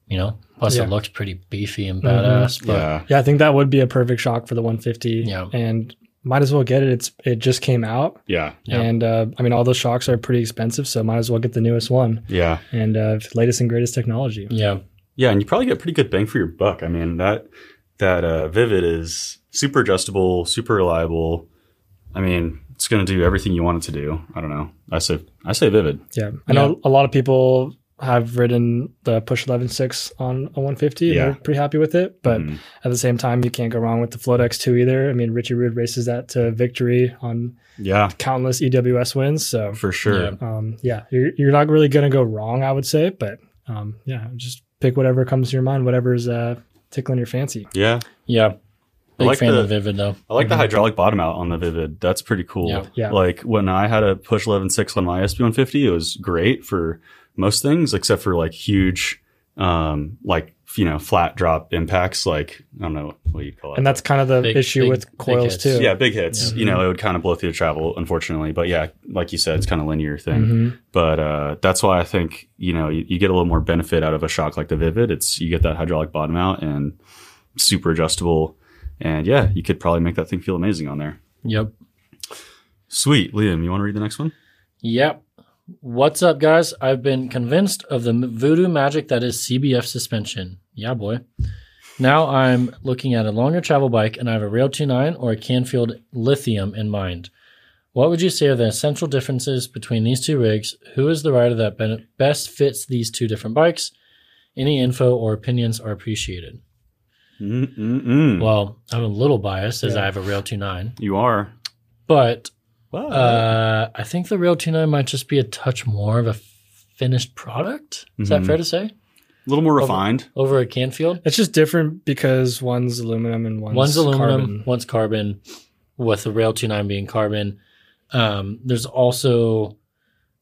[SPEAKER 2] you know, plus
[SPEAKER 3] Yeah.
[SPEAKER 2] it looked pretty beefy and
[SPEAKER 3] Mhm.
[SPEAKER 2] badass. But
[SPEAKER 1] yeah,
[SPEAKER 3] Yeah, I think that would be a perfect shock for the 150.
[SPEAKER 2] Yeah.
[SPEAKER 3] and might as well get it. It's it just came out,
[SPEAKER 1] yeah,
[SPEAKER 2] Yeah.
[SPEAKER 3] and uh, I mean all those shocks are pretty expensive, so might as well get the newest one
[SPEAKER 1] yeah,
[SPEAKER 3] and uh, latest and greatest technology.
[SPEAKER 2] yeah,
[SPEAKER 1] yeah. And you probably get pretty good bang for your buck. I mean that that uh, Vivid is super adjustable, super reliable. I mean, it's gonna do everything you want it to do. I don't know. I say I say Vivid.
[SPEAKER 3] Yeah, I know a lot of people have ridden the Push 11.6 on a 150.
[SPEAKER 1] Yeah.
[SPEAKER 3] They're pretty happy with it, but
[SPEAKER 1] Mhm.
[SPEAKER 3] at the same time, you can't go wrong with the Float X2 either. I mean, Richie Rude races that to victory on
[SPEAKER 1] yeah,
[SPEAKER 3] countless EWS wins, so
[SPEAKER 1] for sure.
[SPEAKER 2] Yeah.
[SPEAKER 3] um, yeah, you're, you're not really going to go wrong, I would say. But um, yeah, just pick whatever comes to your mind, whatever's uh, tickling your fancy.
[SPEAKER 1] yeah.
[SPEAKER 2] yeah. Big
[SPEAKER 1] like
[SPEAKER 2] fan
[SPEAKER 1] the-
[SPEAKER 2] of Vivid though.
[SPEAKER 1] I like the hydraulic bottom out on the Vivid. That's pretty cool.
[SPEAKER 2] Yeah.
[SPEAKER 3] Yeah.
[SPEAKER 1] Like when I had a push 11.6 on my SB150, it was great for most things except for like huge um, like you know flat drop impacts, like I don't know what you call it.
[SPEAKER 3] And that's Mm-hmm. kind of the
[SPEAKER 2] Big-
[SPEAKER 3] issue
[SPEAKER 2] big-
[SPEAKER 3] with
[SPEAKER 2] big
[SPEAKER 3] coils
[SPEAKER 2] hits.
[SPEAKER 3] too.
[SPEAKER 1] yeah, big hits.
[SPEAKER 2] Yeah.
[SPEAKER 1] You know, it would kind of blow through the travel, unfortunately. But yeah, like you said, it's kind of linear thing.
[SPEAKER 2] Mm-hmm.
[SPEAKER 3] hmm
[SPEAKER 1] But uh, that's why I think you know you, you get a little more benefit out of a shock like the Vivid. It's you get that hydraulic bottom out and super adjustable, and yeah, you could probably make that thing feel amazing on there.
[SPEAKER 2] Yep.
[SPEAKER 1] Sweet, Liam, you want to read the next one?
[SPEAKER 2] Yep. What's up, guys? I've been convinced of the m- voodoo magic that is CBF suspension. Yeah, boy. Now I'm looking at a longer travel bike and I have a Rail 29 or a Canfield Lithium in mind. What would you say are the essential differences between these two rigs? Who is the rider that ben- best fits these two different bikes? Any info or opinions are appreciated.
[SPEAKER 1] Mm-mm-mm.
[SPEAKER 2] Well, I'm a little biased as
[SPEAKER 3] Yeah.
[SPEAKER 2] I have a Rail 29,
[SPEAKER 1] you are.
[SPEAKER 2] but
[SPEAKER 1] Wow.
[SPEAKER 2] uh, I think the real tuna might just be a touch more of a finished product. Is that
[SPEAKER 1] Mhm.
[SPEAKER 2] fair to say?
[SPEAKER 1] a little more refined.
[SPEAKER 2] Over a Canfield?
[SPEAKER 3] It's just different because one's aluminum and one's,
[SPEAKER 2] One's, aluminum,
[SPEAKER 3] carbon.
[SPEAKER 2] one's carbon, with the Rail 29 being carbon. Um, there's also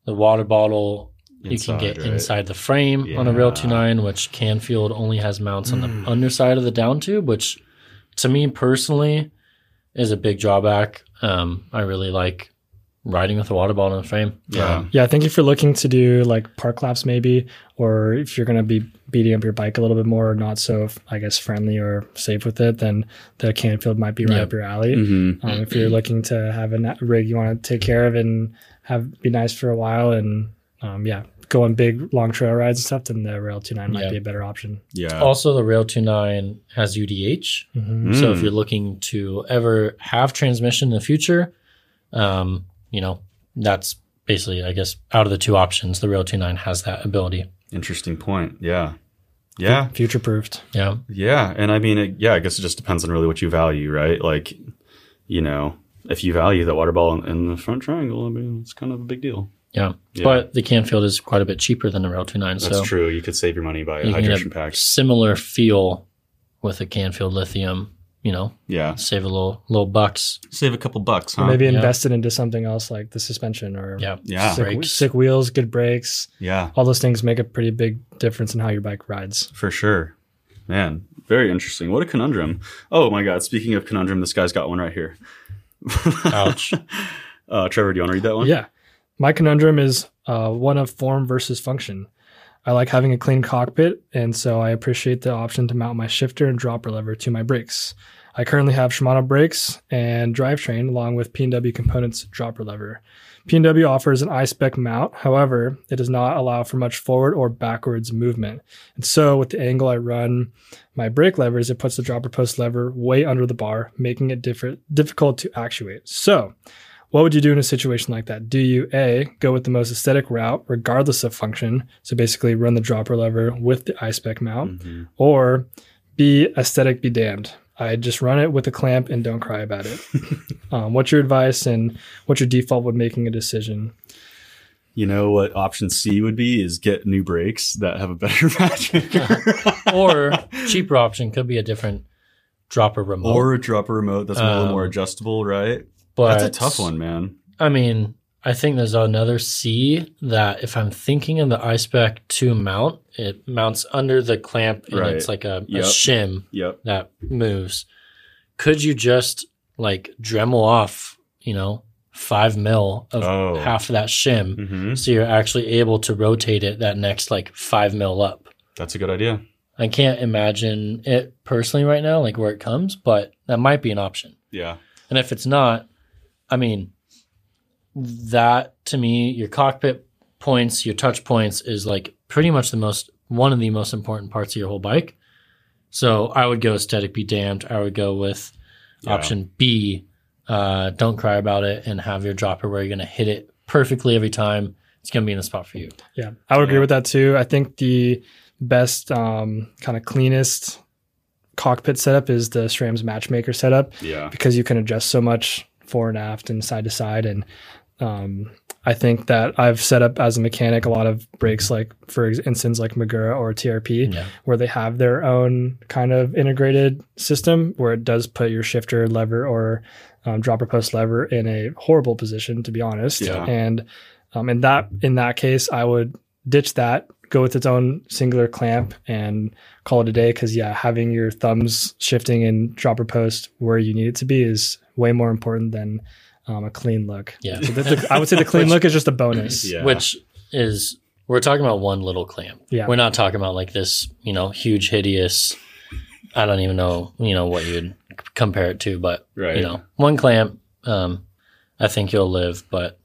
[SPEAKER 2] the water bottle you can
[SPEAKER 1] inside,
[SPEAKER 2] get
[SPEAKER 1] right?
[SPEAKER 2] inside the frame on a Rail
[SPEAKER 1] Yeah. Mm.
[SPEAKER 2] 29, which Canfield only has mounts on the underside of the down tube, which to me personally is a big drawback. Um, I really like riding with a water bottle in the frame.
[SPEAKER 1] Yeah.
[SPEAKER 2] Um,
[SPEAKER 3] Yeah, I think if you're looking to do like park laps, maybe, or if you're going to be beating up your bike a little bit more, or not so, I guess, friendly or safe with it, then the Canfield might be right
[SPEAKER 2] Yeah.
[SPEAKER 3] up your alley.
[SPEAKER 1] Mm-hmm.
[SPEAKER 3] Um, if you're looking to have a na- rig you want to take care of and have be nice for a while, and um, yeah, go on big long trail rides and stuff, then the Rail 29 might
[SPEAKER 2] Yeah.
[SPEAKER 3] be a better option.
[SPEAKER 1] Yeah.
[SPEAKER 2] Also, the Rail 29 has UDH.
[SPEAKER 3] Mhm.
[SPEAKER 2] So
[SPEAKER 1] Mm.
[SPEAKER 2] if you're looking to ever have transmission in the future, um, you know, that's basically, I guess, out of the two options, the Rail 29 has that ability.
[SPEAKER 1] Interesting point. Yeah. Yeah.
[SPEAKER 3] Future proofed.
[SPEAKER 2] Yeah.
[SPEAKER 1] Yeah. And I mean, it, yeah, I guess it just depends on really what you value, right? Like, you know, if you value that water ball in, in the front triangle, I mean, it's kind of a big deal.
[SPEAKER 2] Yeah.
[SPEAKER 1] Yeah.
[SPEAKER 2] But the Canfield is quite a bit cheaper than the Rail 29.
[SPEAKER 1] That's
[SPEAKER 2] so
[SPEAKER 1] true. You could save your money by
[SPEAKER 2] you can
[SPEAKER 1] hydration
[SPEAKER 2] get a
[SPEAKER 1] packs.
[SPEAKER 2] similar feel with a Canfield lithium, you know,
[SPEAKER 1] Yeah.
[SPEAKER 2] save a little, little bucks.
[SPEAKER 1] Save a couple bucks,
[SPEAKER 3] Or
[SPEAKER 1] huh?
[SPEAKER 3] maybe
[SPEAKER 2] Yeah.
[SPEAKER 3] invest it into something else like the suspension or
[SPEAKER 2] Yeah.
[SPEAKER 1] Yeah.
[SPEAKER 3] sick,
[SPEAKER 2] Brakes.
[SPEAKER 3] sick wheels, good brakes.
[SPEAKER 1] Yeah.
[SPEAKER 3] All those things make a pretty big difference in how your bike rides.
[SPEAKER 1] For sure. Man, very interesting. What a conundrum. Oh my God. Speaking of conundrum, this guy's got one right here.
[SPEAKER 2] Ouch.
[SPEAKER 1] Uh, Trevor, do you want to read that one?
[SPEAKER 3] Yeah. My conundrum is uh, one of form versus function. I like having a clean cockpit, and so I appreciate the option to mount my shifter and dropper lever to my brakes. I currently have Shimano brakes and drivetrain along with P&W components dropper lever. P&W offers an iSpec mount, however, it does not allow for much forward or backwards movement. And so with the angle I run my brake levers, it puts the dropper post lever way under the bar, making it differ- difficult to actuate. So what would you do in a situation like that? Do you A, go with the most aesthetic route regardless of function? So basically run the dropper lever with the iSpec mount,
[SPEAKER 1] Mhm.
[SPEAKER 3] or B, aesthetic be damned. I just run it with a clamp and don't cry about it. um, what's your advice and what's your default when making a decision?
[SPEAKER 1] You know what option C would be is get new brakes that have a better matchmaker.
[SPEAKER 2] or cheaper option could be a different dropper remote.
[SPEAKER 1] or a dropper remote that's a little
[SPEAKER 2] Um,
[SPEAKER 1] more adjustable, right?
[SPEAKER 2] but
[SPEAKER 1] that's a tough one, man.
[SPEAKER 2] I mean, I think there's another C that if I'm thinking of the iSpec 2 mount, it mounts under the clamp and
[SPEAKER 1] Right.
[SPEAKER 2] it's like a,
[SPEAKER 1] Yep.
[SPEAKER 2] a shim
[SPEAKER 1] Yep.
[SPEAKER 2] that moves. Could you just like Dremel off, you know, five mil of
[SPEAKER 1] Oh.
[SPEAKER 2] half of that shim
[SPEAKER 1] Mm-hmm.
[SPEAKER 2] so you're actually able to rotate it that next like five mil up?
[SPEAKER 1] That's a good idea.
[SPEAKER 2] I can't imagine it personally right now, like where it comes, but that might be an option.
[SPEAKER 1] Yeah.
[SPEAKER 2] And if it's not, I mean, that to me, your cockpit points, your touch points is like pretty much the most, one of the most important parts of your whole bike. So I would go aesthetic be damned. I would go with
[SPEAKER 1] Yeah.
[SPEAKER 2] option B, uh, don't cry about it and have your dropper where you're going to hit it perfectly every time. It's going to be in the spot for you.
[SPEAKER 3] Yeah, I would agree
[SPEAKER 1] Yeah.
[SPEAKER 3] with that too. I think the best um, kind of cleanest cockpit setup is the SRAM's matchmaker setup.
[SPEAKER 1] Yeah.
[SPEAKER 3] because you can adjust so much fore and aft and side to side. And um, I think that I've set up as a mechanic a lot of brakes, like for instance, like Magura or TRP,
[SPEAKER 2] Yeah.
[SPEAKER 3] where they have their own kind of integrated system where it does put your shifter lever or um, dropper post lever in a horrible position, to be honest.
[SPEAKER 1] Yeah.
[SPEAKER 3] And um, in that in that case, I would ditch that, go with its own singular clamp and call it a day. Cause yeah, having your thumbs shifting in dropper post where you need it to be is way more important than um, a clean look.
[SPEAKER 2] Yeah.
[SPEAKER 3] So the, the- I would say the clean look is just a bonus.
[SPEAKER 1] Yeah.
[SPEAKER 2] Which is we're talking about one little clamp.
[SPEAKER 3] Yeah.
[SPEAKER 2] We're not talking about like this, you know, huge hideous I don't even know, you know, what you'd c- compare it to, but
[SPEAKER 1] Right.
[SPEAKER 2] you know, one clamp, um, I think you'll live, but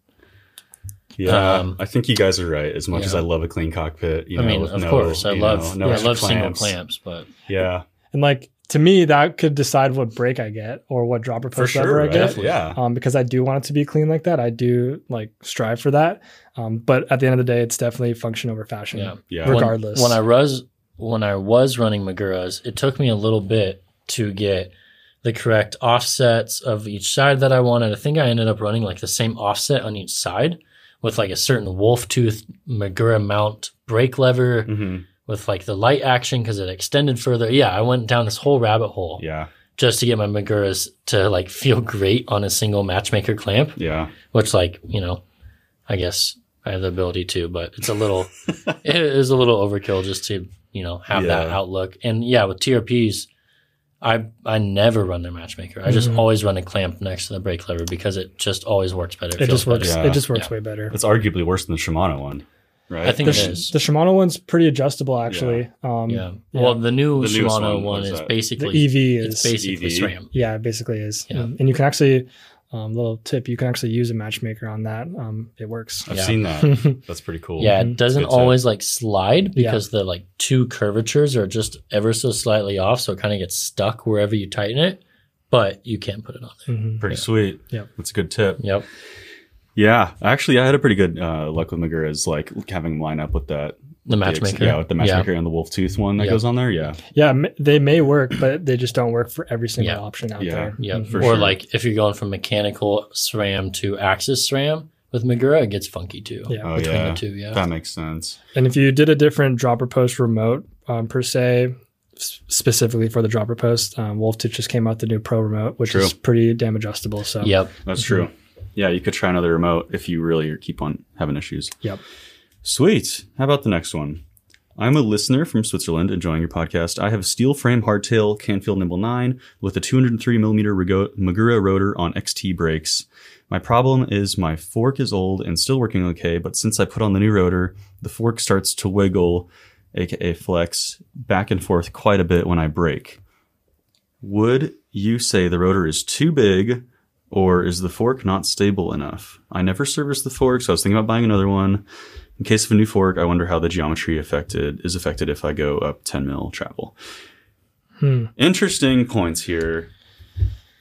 [SPEAKER 1] Yeah,
[SPEAKER 2] Um,
[SPEAKER 1] I think you guys are right. As much as
[SPEAKER 2] yeah.
[SPEAKER 1] I love a clean cockpit, you
[SPEAKER 2] I
[SPEAKER 1] know,
[SPEAKER 2] mean,
[SPEAKER 1] with
[SPEAKER 2] of
[SPEAKER 1] no-
[SPEAKER 2] course, I
[SPEAKER 1] you
[SPEAKER 2] love
[SPEAKER 1] know, no
[SPEAKER 2] I
[SPEAKER 1] extra
[SPEAKER 2] love single
[SPEAKER 1] clamps.
[SPEAKER 2] clamps, but
[SPEAKER 1] Yeah,
[SPEAKER 3] And like to me, that could decide what break I get or what dropper
[SPEAKER 1] for
[SPEAKER 3] post
[SPEAKER 1] sure.
[SPEAKER 3] lever I
[SPEAKER 1] Right?
[SPEAKER 3] get.
[SPEAKER 1] Yeah,
[SPEAKER 3] um, because I do want it to be clean like that. I do like strive for that. Um, but at the end of the day, it's definitely function over fashion.
[SPEAKER 2] Yeah.
[SPEAKER 1] yeah.
[SPEAKER 3] We're-
[SPEAKER 2] when-
[SPEAKER 3] regardless.
[SPEAKER 2] When, I was when I was running Maguras, it took me a little bit to get the correct offsets of each side that I wanted. I think I ended up running like the same offset on each side with like a certain wolf tooth Magura mount brake lever
[SPEAKER 1] Mhm.
[SPEAKER 2] with like the light action because it extended further. Yeah, I went down this whole rabbit hole
[SPEAKER 1] Yeah,
[SPEAKER 2] just to get my Maguras to like feel great on a single matchmaker clamp,
[SPEAKER 1] yeah.
[SPEAKER 2] which like, you know, I guess I have the ability to, but it's a little it is a little overkill just to you know have that
[SPEAKER 1] Yeah.
[SPEAKER 2] outlook and yeah with trps i i never run their matchmaker i just
[SPEAKER 3] Mhm.
[SPEAKER 2] always run a clamp next to the brake lever because it just always works better
[SPEAKER 3] It just
[SPEAKER 2] feels
[SPEAKER 3] works.
[SPEAKER 2] better.
[SPEAKER 1] better. Yeah.
[SPEAKER 3] It just works
[SPEAKER 2] Yeah.
[SPEAKER 3] way better.
[SPEAKER 1] That's arguably worse than the Shimano one, right?
[SPEAKER 2] i think
[SPEAKER 3] The,
[SPEAKER 2] it
[SPEAKER 3] sh-
[SPEAKER 2] is
[SPEAKER 3] the Shimano one's pretty adjustable, actually. Um,
[SPEAKER 2] yeah.
[SPEAKER 3] yeah.
[SPEAKER 2] well the new
[SPEAKER 1] The newest one,
[SPEAKER 2] shimano one,
[SPEAKER 1] what is
[SPEAKER 2] is
[SPEAKER 1] that? E
[SPEAKER 3] the
[SPEAKER 2] basically
[SPEAKER 3] EV
[SPEAKER 2] it's
[SPEAKER 3] is.
[SPEAKER 2] basically
[SPEAKER 1] EV.
[SPEAKER 2] sram
[SPEAKER 3] yeah, it basically is.
[SPEAKER 2] Yeah.
[SPEAKER 3] And you can actually, um, little tip, you can actually use a matchmaker on that. Um, it works. Mm-hmm.
[SPEAKER 1] I've
[SPEAKER 2] yeah.
[SPEAKER 1] seen that. That's pretty cool.
[SPEAKER 2] yeah it doesn't
[SPEAKER 1] Good tip.
[SPEAKER 2] always like slide
[SPEAKER 3] Yeah.
[SPEAKER 2] because the like two curvatures are just ever so slightly off so it kind of gets stuck wherever you tighten it but you can put it on
[SPEAKER 3] Mhm.
[SPEAKER 1] pretty sweet.
[SPEAKER 3] Yep.
[SPEAKER 1] that's a good tip.
[SPEAKER 2] there yep
[SPEAKER 1] Yeah, actually, I had a pretty good uh, luck with Magura's, like having them line up with that.
[SPEAKER 2] the
[SPEAKER 1] the ex-
[SPEAKER 2] matchmaker
[SPEAKER 1] yeah, with the matchmaker and the wolf tooth one that
[SPEAKER 2] Yeah.
[SPEAKER 1] goes on there. Yeah,
[SPEAKER 3] Yeah, m- they may work, but they just don't work for every single
[SPEAKER 2] Yeah.
[SPEAKER 3] option out
[SPEAKER 1] Yeah.
[SPEAKER 3] there.
[SPEAKER 2] Yeah,
[SPEAKER 3] Mhm.
[SPEAKER 1] for
[SPEAKER 2] Mm-hmm. or
[SPEAKER 1] sure.
[SPEAKER 2] like if you're going from mechanical SRAM to axis SRAM with Magura, it gets funky too.
[SPEAKER 3] Yeah.
[SPEAKER 1] Oh,
[SPEAKER 2] between
[SPEAKER 1] yeah.
[SPEAKER 2] the two, yeah.
[SPEAKER 1] that makes sense.
[SPEAKER 3] And if you did a different dropper post remote um, per se, s- specifically for the dropper post, um, Wolftooth just came out the new Pro remote, which
[SPEAKER 1] True.
[SPEAKER 3] is pretty damn adjustable. So
[SPEAKER 2] Yep.
[SPEAKER 1] That's true. Yeah, you could try another remote if you really keep on having issues.
[SPEAKER 3] Yep.
[SPEAKER 1] Sweet. How about the next one? I'm a listener from Switzerland enjoying your podcast. I have a steel frame hardtail Canfield Nimble 9 with a 203 millimeter Rigo- Magura rotor on XT brakes. My problem is my fork is old and still working okay, but since I put on the new rotor, the fork starts to wiggle, aka flex, back and forth quite a bit when I brake. Would you say the rotor is too big or is the fork not stable enough? I never serviced the fork, so I was thinking about buying another one. In case of a new fork, I wonder how the geometry affected is affected if I go up 10 mil travel.
[SPEAKER 3] Hmm.
[SPEAKER 1] Interesting points here.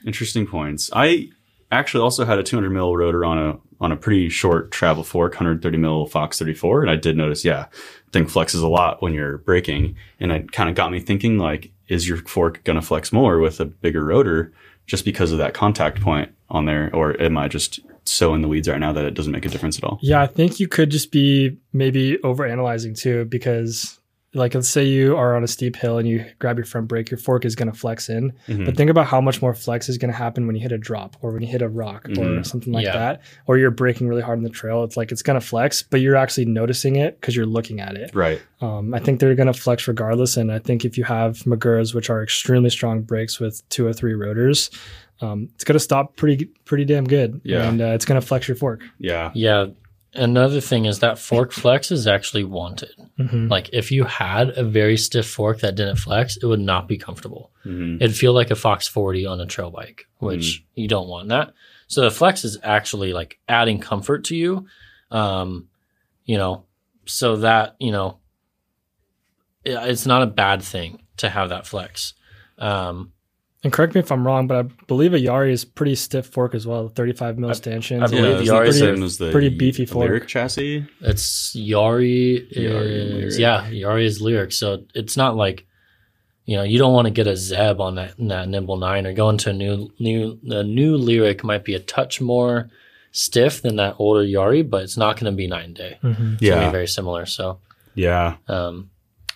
[SPEAKER 1] Interesting points. I actually also had a 200 mil rotor on a on a pretty short travel fork, 130 mil Fox 34, and I did notice, yeah, thing flexes a lot when you're braking, and it kind of got me thinking like, is your fork gonna flex more with a bigger rotor just because of that contact point on there, or am I just so in the weeds right now that it doesn't make a difference at all?
[SPEAKER 3] Yeah, I think you could just be maybe overanalyzing too, because like let's say you are on a steep hill and you grab your front brake, your fork is going to flex in.
[SPEAKER 2] Hmm.
[SPEAKER 1] Mhm.
[SPEAKER 3] But think about how much more flex is going to happen when you hit a drop or when you hit a rock or
[SPEAKER 1] Mhm.
[SPEAKER 3] something like
[SPEAKER 2] Mm-hmm. Yeah.
[SPEAKER 3] that, or you're braking really hard on the trail. It's like it's going to flex, but you're actually noticing it because you're looking at it.
[SPEAKER 1] Right.
[SPEAKER 3] Um, I think they're going to flex regardless. And I think if you have Maguras, which are extremely strong brakes with two or three rotors, um, it's going to stop pretty pretty damn good.
[SPEAKER 1] Yeah.
[SPEAKER 3] And uh, it's going to flex your fork.
[SPEAKER 1] Yeah.
[SPEAKER 2] Yeah. Another thing is that fork flex is actually wanted.
[SPEAKER 3] Mm-hmm.
[SPEAKER 2] Like if you had a very stiff fork that didn't flex, it would not be comfortable.
[SPEAKER 1] Mhm.
[SPEAKER 2] It'd feel like a Fox 40 on a trail bike, which you don't want that. So the flex is actually like adding comfort to you. Um, you know, so that, you know, i- it's not a bad thing to have that flex. Um,
[SPEAKER 3] And correct me if I'm wrong, but I believe a Yari is pretty stiff fork as well, 35 mil
[SPEAKER 2] I-
[SPEAKER 3] stanchions.
[SPEAKER 2] I believe
[SPEAKER 1] Yeah,
[SPEAKER 2] the
[SPEAKER 1] it's not
[SPEAKER 2] Yaris
[SPEAKER 1] the
[SPEAKER 2] are
[SPEAKER 1] same as the
[SPEAKER 3] pretty beefy fork.
[SPEAKER 1] lyric chassis.
[SPEAKER 2] it's Yari is,
[SPEAKER 1] Yari and Lyric.
[SPEAKER 2] yeah, Yari is lyric. So it's not like, you know, you don't want to get a Zeb on that, that Nimble Nine or go into a new new the new lyric might be a touch more stiff than that older Yari, but it's not going to be night and day.
[SPEAKER 3] Mhm.
[SPEAKER 2] It's gonna be very similar. So
[SPEAKER 1] Yeah.
[SPEAKER 2] um,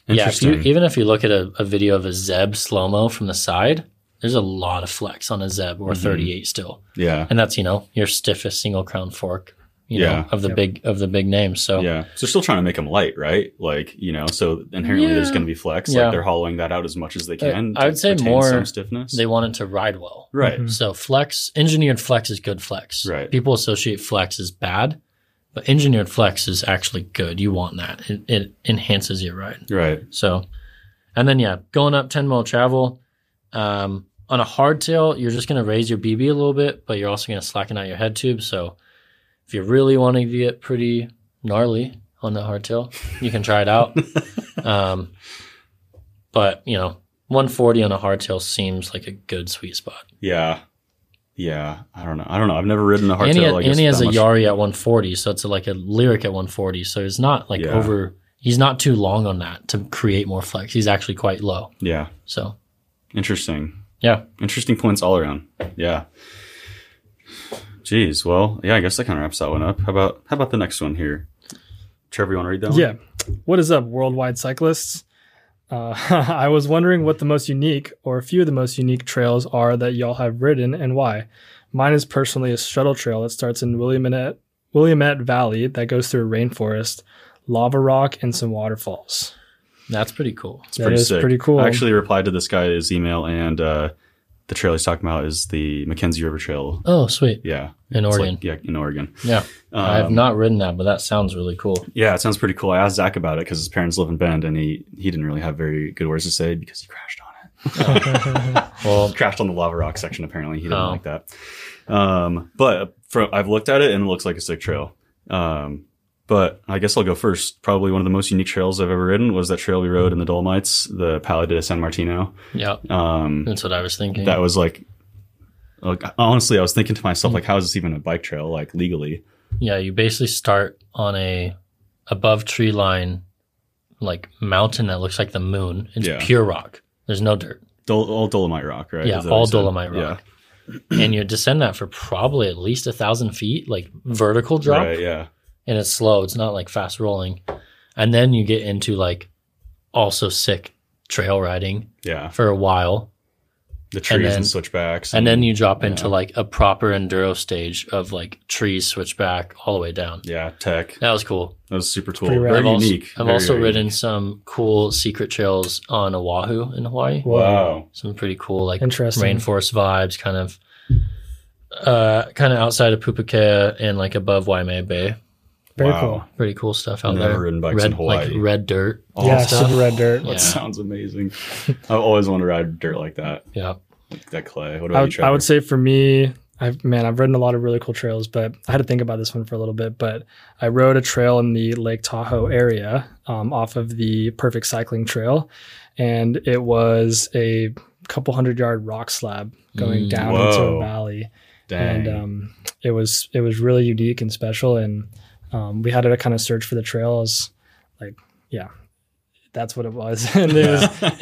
[SPEAKER 2] yeah, if
[SPEAKER 1] Interesting.
[SPEAKER 2] you, even if you look at a, a video of a Zeb slow mo from the side, there's a lot of flex on a Zeb or
[SPEAKER 1] Mhm.
[SPEAKER 2] 38 still,
[SPEAKER 1] yeah.
[SPEAKER 2] and that's you know your stiffest single crown fork you
[SPEAKER 1] Yeah.
[SPEAKER 2] know, of the
[SPEAKER 5] Yep.
[SPEAKER 2] big of the big names. So
[SPEAKER 1] Yeah. So they're still trying to make them light, right? Like, you know, so inherently there's
[SPEAKER 2] Yeah.
[SPEAKER 1] going to be flex.
[SPEAKER 2] Yeah.
[SPEAKER 1] Like they're hollowing that out as much as they
[SPEAKER 2] Uh,
[SPEAKER 1] can.
[SPEAKER 2] I
[SPEAKER 1] to
[SPEAKER 2] would say
[SPEAKER 1] retain
[SPEAKER 2] more
[SPEAKER 1] some stiffness.
[SPEAKER 2] they Mm-hmm. want it to ride well.
[SPEAKER 1] right.
[SPEAKER 3] Mhm.
[SPEAKER 2] So flex, engineered flex is good flex.
[SPEAKER 1] Mm-hmm. Right.
[SPEAKER 2] People associate flex as bad, but engineered flex is actually good. You want that. It, it enhances your ride.
[SPEAKER 1] Right.
[SPEAKER 2] So, and then yeah, going up 10 mile travel, um, on a hardtail, you're just going to raise your BB a little bit, but you're also going to slacken out your head tube. So if you're really wanting to get pretty gnarly on the hardtail, you can try it out. um, but you know, 140 on a hardtail seems like a good sweet spot.
[SPEAKER 1] Yeah. Yeah. I don't know. I don't know. I've never ridden a hardtail.
[SPEAKER 2] Annie,
[SPEAKER 1] I guess,
[SPEAKER 2] Annie has
[SPEAKER 1] that
[SPEAKER 2] a
[SPEAKER 1] much.
[SPEAKER 2] Yari at 140, so it's like a lyric at 140. So it's not like
[SPEAKER 1] Yeah.
[SPEAKER 2] over. He's not too long on that to create more flex. He's actually quite low.
[SPEAKER 1] Yeah.
[SPEAKER 2] So
[SPEAKER 1] Interesting.
[SPEAKER 2] yeah,
[SPEAKER 1] Interesting points all around. Yeah. Jeez. Well, yeah, I guess that kind of wraps that one up. How about how about the next one here? Trevor, you want to read that one?
[SPEAKER 3] Yeah. What is up, worldwide cyclists? Uh, I was wondering what the most unique or a few of the most unique trails are that y'all have ridden and why. Mine is personally a shuttle trail that starts in Williamette, Williamette Valley that goes through a rainforest, lava rock, and some waterfalls.
[SPEAKER 2] that's pretty cool.
[SPEAKER 1] It's
[SPEAKER 3] That is pretty cool.
[SPEAKER 1] I actually replied to this guy's email, and uh, the trail he's talking about is the Mackenzie River Trail.
[SPEAKER 2] Oh, sweet.
[SPEAKER 1] Yeah.
[SPEAKER 2] In
[SPEAKER 1] It's
[SPEAKER 2] Oregon.
[SPEAKER 1] like- yeah, in Oregon.
[SPEAKER 2] yeah. I have
[SPEAKER 1] Um,
[SPEAKER 2] not ridden that, but that sounds really cool.
[SPEAKER 1] Yeah, it sounds pretty cool. I asked Zach about it because his parents live in Bend, and he he didn't really have very good words to say because he crashed on it.
[SPEAKER 2] Well,
[SPEAKER 1] Crashed on the lava rock section. Apparently, he didn't
[SPEAKER 2] Oh.
[SPEAKER 1] like that. Um, but from I've looked at it, and it looks like a sick trail. Um, but I guess I'll go first. Probably one of the most unique trails I've ever ridden was that trail we rode in the Dolomites, the Pala de San Martino.
[SPEAKER 2] yeah,
[SPEAKER 1] Um,
[SPEAKER 2] that's what I was thinking.
[SPEAKER 1] that was like, like honestly, I was thinking to myself, like, how is this even a bike trail, like legally?
[SPEAKER 2] yeah, you basically start on a above tree line, like mountain that looks like the moon. It's
[SPEAKER 1] Yeah.
[SPEAKER 2] pure rock. There's no dirt.
[SPEAKER 1] Dol- all Dolomite rock, right?
[SPEAKER 2] Yeah,
[SPEAKER 1] Is that
[SPEAKER 2] all
[SPEAKER 1] what you said?
[SPEAKER 2] Dolomite rock. and you descend that for probably at least a thousand feet, like vertical
[SPEAKER 1] Yeah,
[SPEAKER 2] drop,
[SPEAKER 1] right. Yeah,
[SPEAKER 2] and it's slow. It's not like fast rolling, and then you get into like also sick trail riding
[SPEAKER 1] yeah.
[SPEAKER 2] for a while,
[SPEAKER 1] The trees and,
[SPEAKER 2] then-
[SPEAKER 1] switchbacks,
[SPEAKER 2] and then you drop into
[SPEAKER 1] Yeah.
[SPEAKER 2] like a proper enduro stage of like trees switchback all the way down.
[SPEAKER 1] yeah, tech.
[SPEAKER 2] That was cool.
[SPEAKER 1] That was super cool.
[SPEAKER 3] pretty rad.
[SPEAKER 1] Very
[SPEAKER 2] I've also,
[SPEAKER 1] unique.
[SPEAKER 2] I've
[SPEAKER 1] Very,
[SPEAKER 2] also
[SPEAKER 1] very
[SPEAKER 2] ridden
[SPEAKER 1] unique.
[SPEAKER 2] some cool secret trails on Oahu in Hawaii.
[SPEAKER 1] Wow.
[SPEAKER 2] Some pretty cool like
[SPEAKER 3] Interesting.
[SPEAKER 2] rainforest vibes, kind of, uh, kind of outside of Pupukea and like above Waimea Bay.
[SPEAKER 3] Very
[SPEAKER 1] wow.
[SPEAKER 3] cool.
[SPEAKER 2] Pretty cool stuff out
[SPEAKER 1] Never
[SPEAKER 2] there.
[SPEAKER 1] ridden bikes
[SPEAKER 2] red,
[SPEAKER 1] in Hawaii.
[SPEAKER 2] Like red dirt.
[SPEAKER 1] All
[SPEAKER 3] yeah,
[SPEAKER 1] stuff.
[SPEAKER 3] super red dirt.
[SPEAKER 1] That
[SPEAKER 2] Yeah.
[SPEAKER 1] sounds amazing. I always want to ride dirt like that,
[SPEAKER 2] Yeah.
[SPEAKER 1] like that clay. What
[SPEAKER 3] I
[SPEAKER 1] about you,
[SPEAKER 3] would,
[SPEAKER 1] Trevor?
[SPEAKER 3] I would say for me, I've man, I've ridden a lot of really cool trails, but I had to think about this one for a little bit. But I rode a trail in the Lake Tahoe area um, off of the Perfect Cycling Trail, and it was a couple hundred yard rock slab going
[SPEAKER 2] Mm.
[SPEAKER 3] down into
[SPEAKER 1] Whoa.
[SPEAKER 3] a valley,
[SPEAKER 1] Dang.
[SPEAKER 3] and um, it was it was really unique and special. And um, we had to kind of search for the trails, like yeah, that's what it was, and it was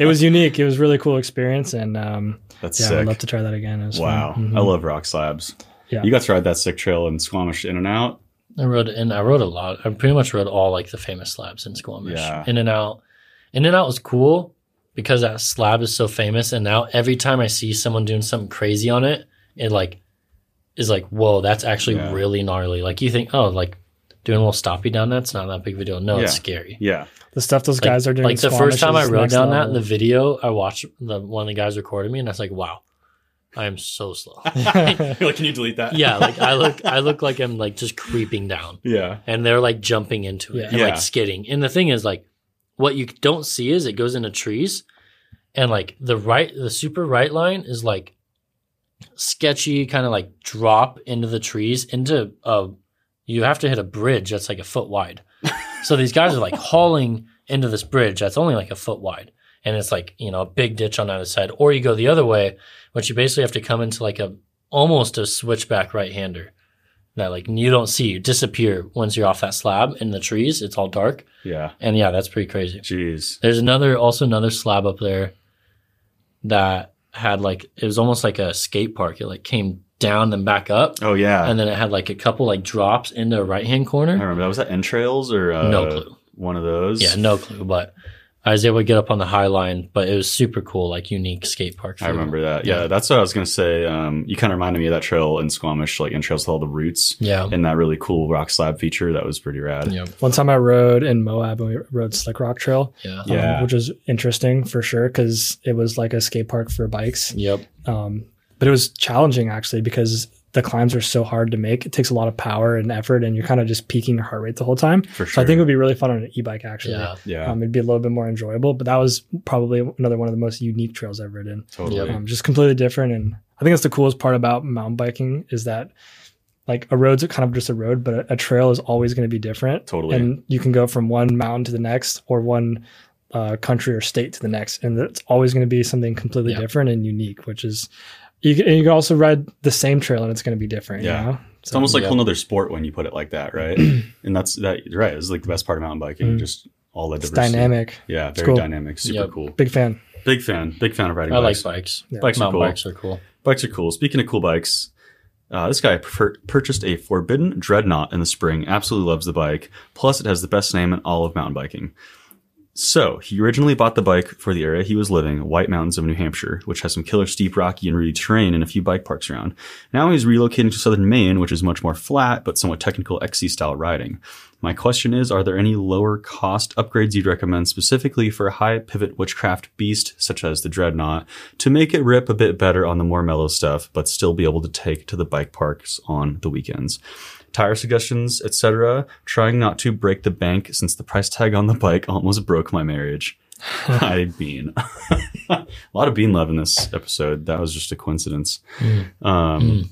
[SPEAKER 3] it was unique. It was a really cool experience, and um,
[SPEAKER 1] That's
[SPEAKER 3] yeah, I'd
[SPEAKER 1] sick.
[SPEAKER 3] love to try that again. It was fun.
[SPEAKER 1] wow,
[SPEAKER 3] Mhm.
[SPEAKER 1] I love rock slabs.
[SPEAKER 3] Yeah.
[SPEAKER 1] You got to ride that sick trail in Squamish in and out.
[SPEAKER 2] I rode and I rode a lot. I pretty much rode all like the famous slabs in Squamish.
[SPEAKER 1] Yeah.
[SPEAKER 2] In and out. In and out was cool because that slab is so famous. And now every time I see someone doing something crazy on it, it like is like, whoa, that's actually
[SPEAKER 1] Yeah.
[SPEAKER 2] really gnarly. Like you think, oh, like doing a little stoppy down that's not that big of a deal. No, it's
[SPEAKER 1] Yeah.
[SPEAKER 2] scary.
[SPEAKER 1] Yeah,
[SPEAKER 3] The stuff those
[SPEAKER 2] Like-
[SPEAKER 3] guys are doing.
[SPEAKER 2] Like the first time I rode down that in the
[SPEAKER 3] video.
[SPEAKER 2] video, I watched the one of the guys recorded me and I was like, wow, I am so slow.
[SPEAKER 1] You're like, can you delete that?
[SPEAKER 2] yeah, like I look I look like I'm like just creeping down.
[SPEAKER 1] yeah,
[SPEAKER 2] and they're like jumping into it
[SPEAKER 3] Yeah.
[SPEAKER 2] and
[SPEAKER 1] Yeah.
[SPEAKER 2] like skidding. And the thing is, like, what you don't see is it goes into trees, and like the right, the super right line is like sketchy, kind of like drop into the trees into a. You have to hit a bridge that's like a foot wide. so these guys are like hauling into this bridge that's only like a foot wide. And it's like, you know, a big ditch on either side. Or you go the other way, which you basically have to come into like a almost a switchback right hander that like you don't see you disappear once you're off that slab in the trees it's all dark
[SPEAKER 1] yeah.
[SPEAKER 2] and yeah that's pretty crazy
[SPEAKER 1] Jeez.
[SPEAKER 2] there's another also another slab up there that had like it was almost like a skate park it like came down and back up
[SPEAKER 1] Oh yeah,
[SPEAKER 2] and then it had like a couple like drops into a right hand
[SPEAKER 1] I
[SPEAKER 2] corner
[SPEAKER 1] remember that. Was that entrails or uh,
[SPEAKER 2] No clue.
[SPEAKER 1] one of those?
[SPEAKER 2] yeah no clue but I was able to get up on the high line, but it was super cool, like unique skate park.
[SPEAKER 1] I
[SPEAKER 2] feel.
[SPEAKER 1] remember that. Yeah, that's what I was gonna say. Um, you kind of reminded me of that trail in Squamish, like in Trails with All the Roots,
[SPEAKER 2] Yeah.
[SPEAKER 1] and that really cool rock slab feature. That was pretty rad.
[SPEAKER 2] Yeah.
[SPEAKER 3] One time I rode in Moab and we rode Slick Rock Trail,
[SPEAKER 2] Yeah.
[SPEAKER 3] um,
[SPEAKER 1] Yeah.
[SPEAKER 3] which was interesting for sure because it was like a skate park for bikes.
[SPEAKER 2] Yep.
[SPEAKER 3] Um, but it was challenging actually because the climbs are so hard to make. It takes a lot of power and effort, and you're kind of just peaking your heart rate the whole time.
[SPEAKER 1] For
[SPEAKER 3] So
[SPEAKER 1] sure.
[SPEAKER 3] I think it would be really fun on an e-bike actually.
[SPEAKER 2] Yeah.
[SPEAKER 1] yeah,
[SPEAKER 3] Um, it'd be a little bit more enjoyable, but that was probably another one of the most unique trails I've ridden.
[SPEAKER 1] totally.
[SPEAKER 2] Yep.
[SPEAKER 3] um, just completely different. And I think that's the coolest part about mountain biking is that like a road's kind of just a road, but a, a trail is always going to be different.
[SPEAKER 1] Totally.
[SPEAKER 3] And you can go from one mountain to the next or one uh, country or state to the next. And it's always going to be something completely
[SPEAKER 2] Yeah.
[SPEAKER 3] different and unique, which is, you can, and you can also ride the same trail and it's going to be different.
[SPEAKER 1] Yeah.
[SPEAKER 3] You know?
[SPEAKER 1] It's almost like
[SPEAKER 2] Yeah.
[SPEAKER 1] a whole other sport when you put it like that, right? and that's that. you're Right, it's like the best part of mountain biking,
[SPEAKER 3] Mm.
[SPEAKER 1] just all the
[SPEAKER 3] It's
[SPEAKER 1] diversity.
[SPEAKER 3] dynamic.
[SPEAKER 1] Yeah, very
[SPEAKER 3] cool.
[SPEAKER 1] dynamic. Super
[SPEAKER 2] Yep.
[SPEAKER 1] cool.
[SPEAKER 3] Big fan.
[SPEAKER 1] Big fan. Big fan of riding
[SPEAKER 2] I like
[SPEAKER 1] bikes.
[SPEAKER 2] bikes.
[SPEAKER 3] Yeah.
[SPEAKER 1] Bikes are
[SPEAKER 2] Mountain
[SPEAKER 1] cool.
[SPEAKER 2] bikes are cool.
[SPEAKER 1] Bikes are cool. Speaking of cool bikes, uh, this guy per- purchased a Forbidden Dreadnought in the spring. Absolutely loves the bike. Plus, it has the best name in all of mountain biking. So, he originally bought the bike for the area he was living, White Mountains of New Hampshire, which has some killer steep, rocky, and rooty terrain and a few bike parks around. Now he's relocating to southern Maine, which is much more flat but somewhat technical XC style riding. My question is Are there any lower cost upgrades you'd recommend specifically for a high pivot witchcraft beast such as the Dreadnought to make it rip a bit better on the more mellow stuff, but still be able to take to the bike parks on the weekends? Tire suggestions, etc. Trying not to break the bank since the price tag on the bike almost broke my marriage. I mean, a lot of bean love in this episode. That was just a coincidence. Um,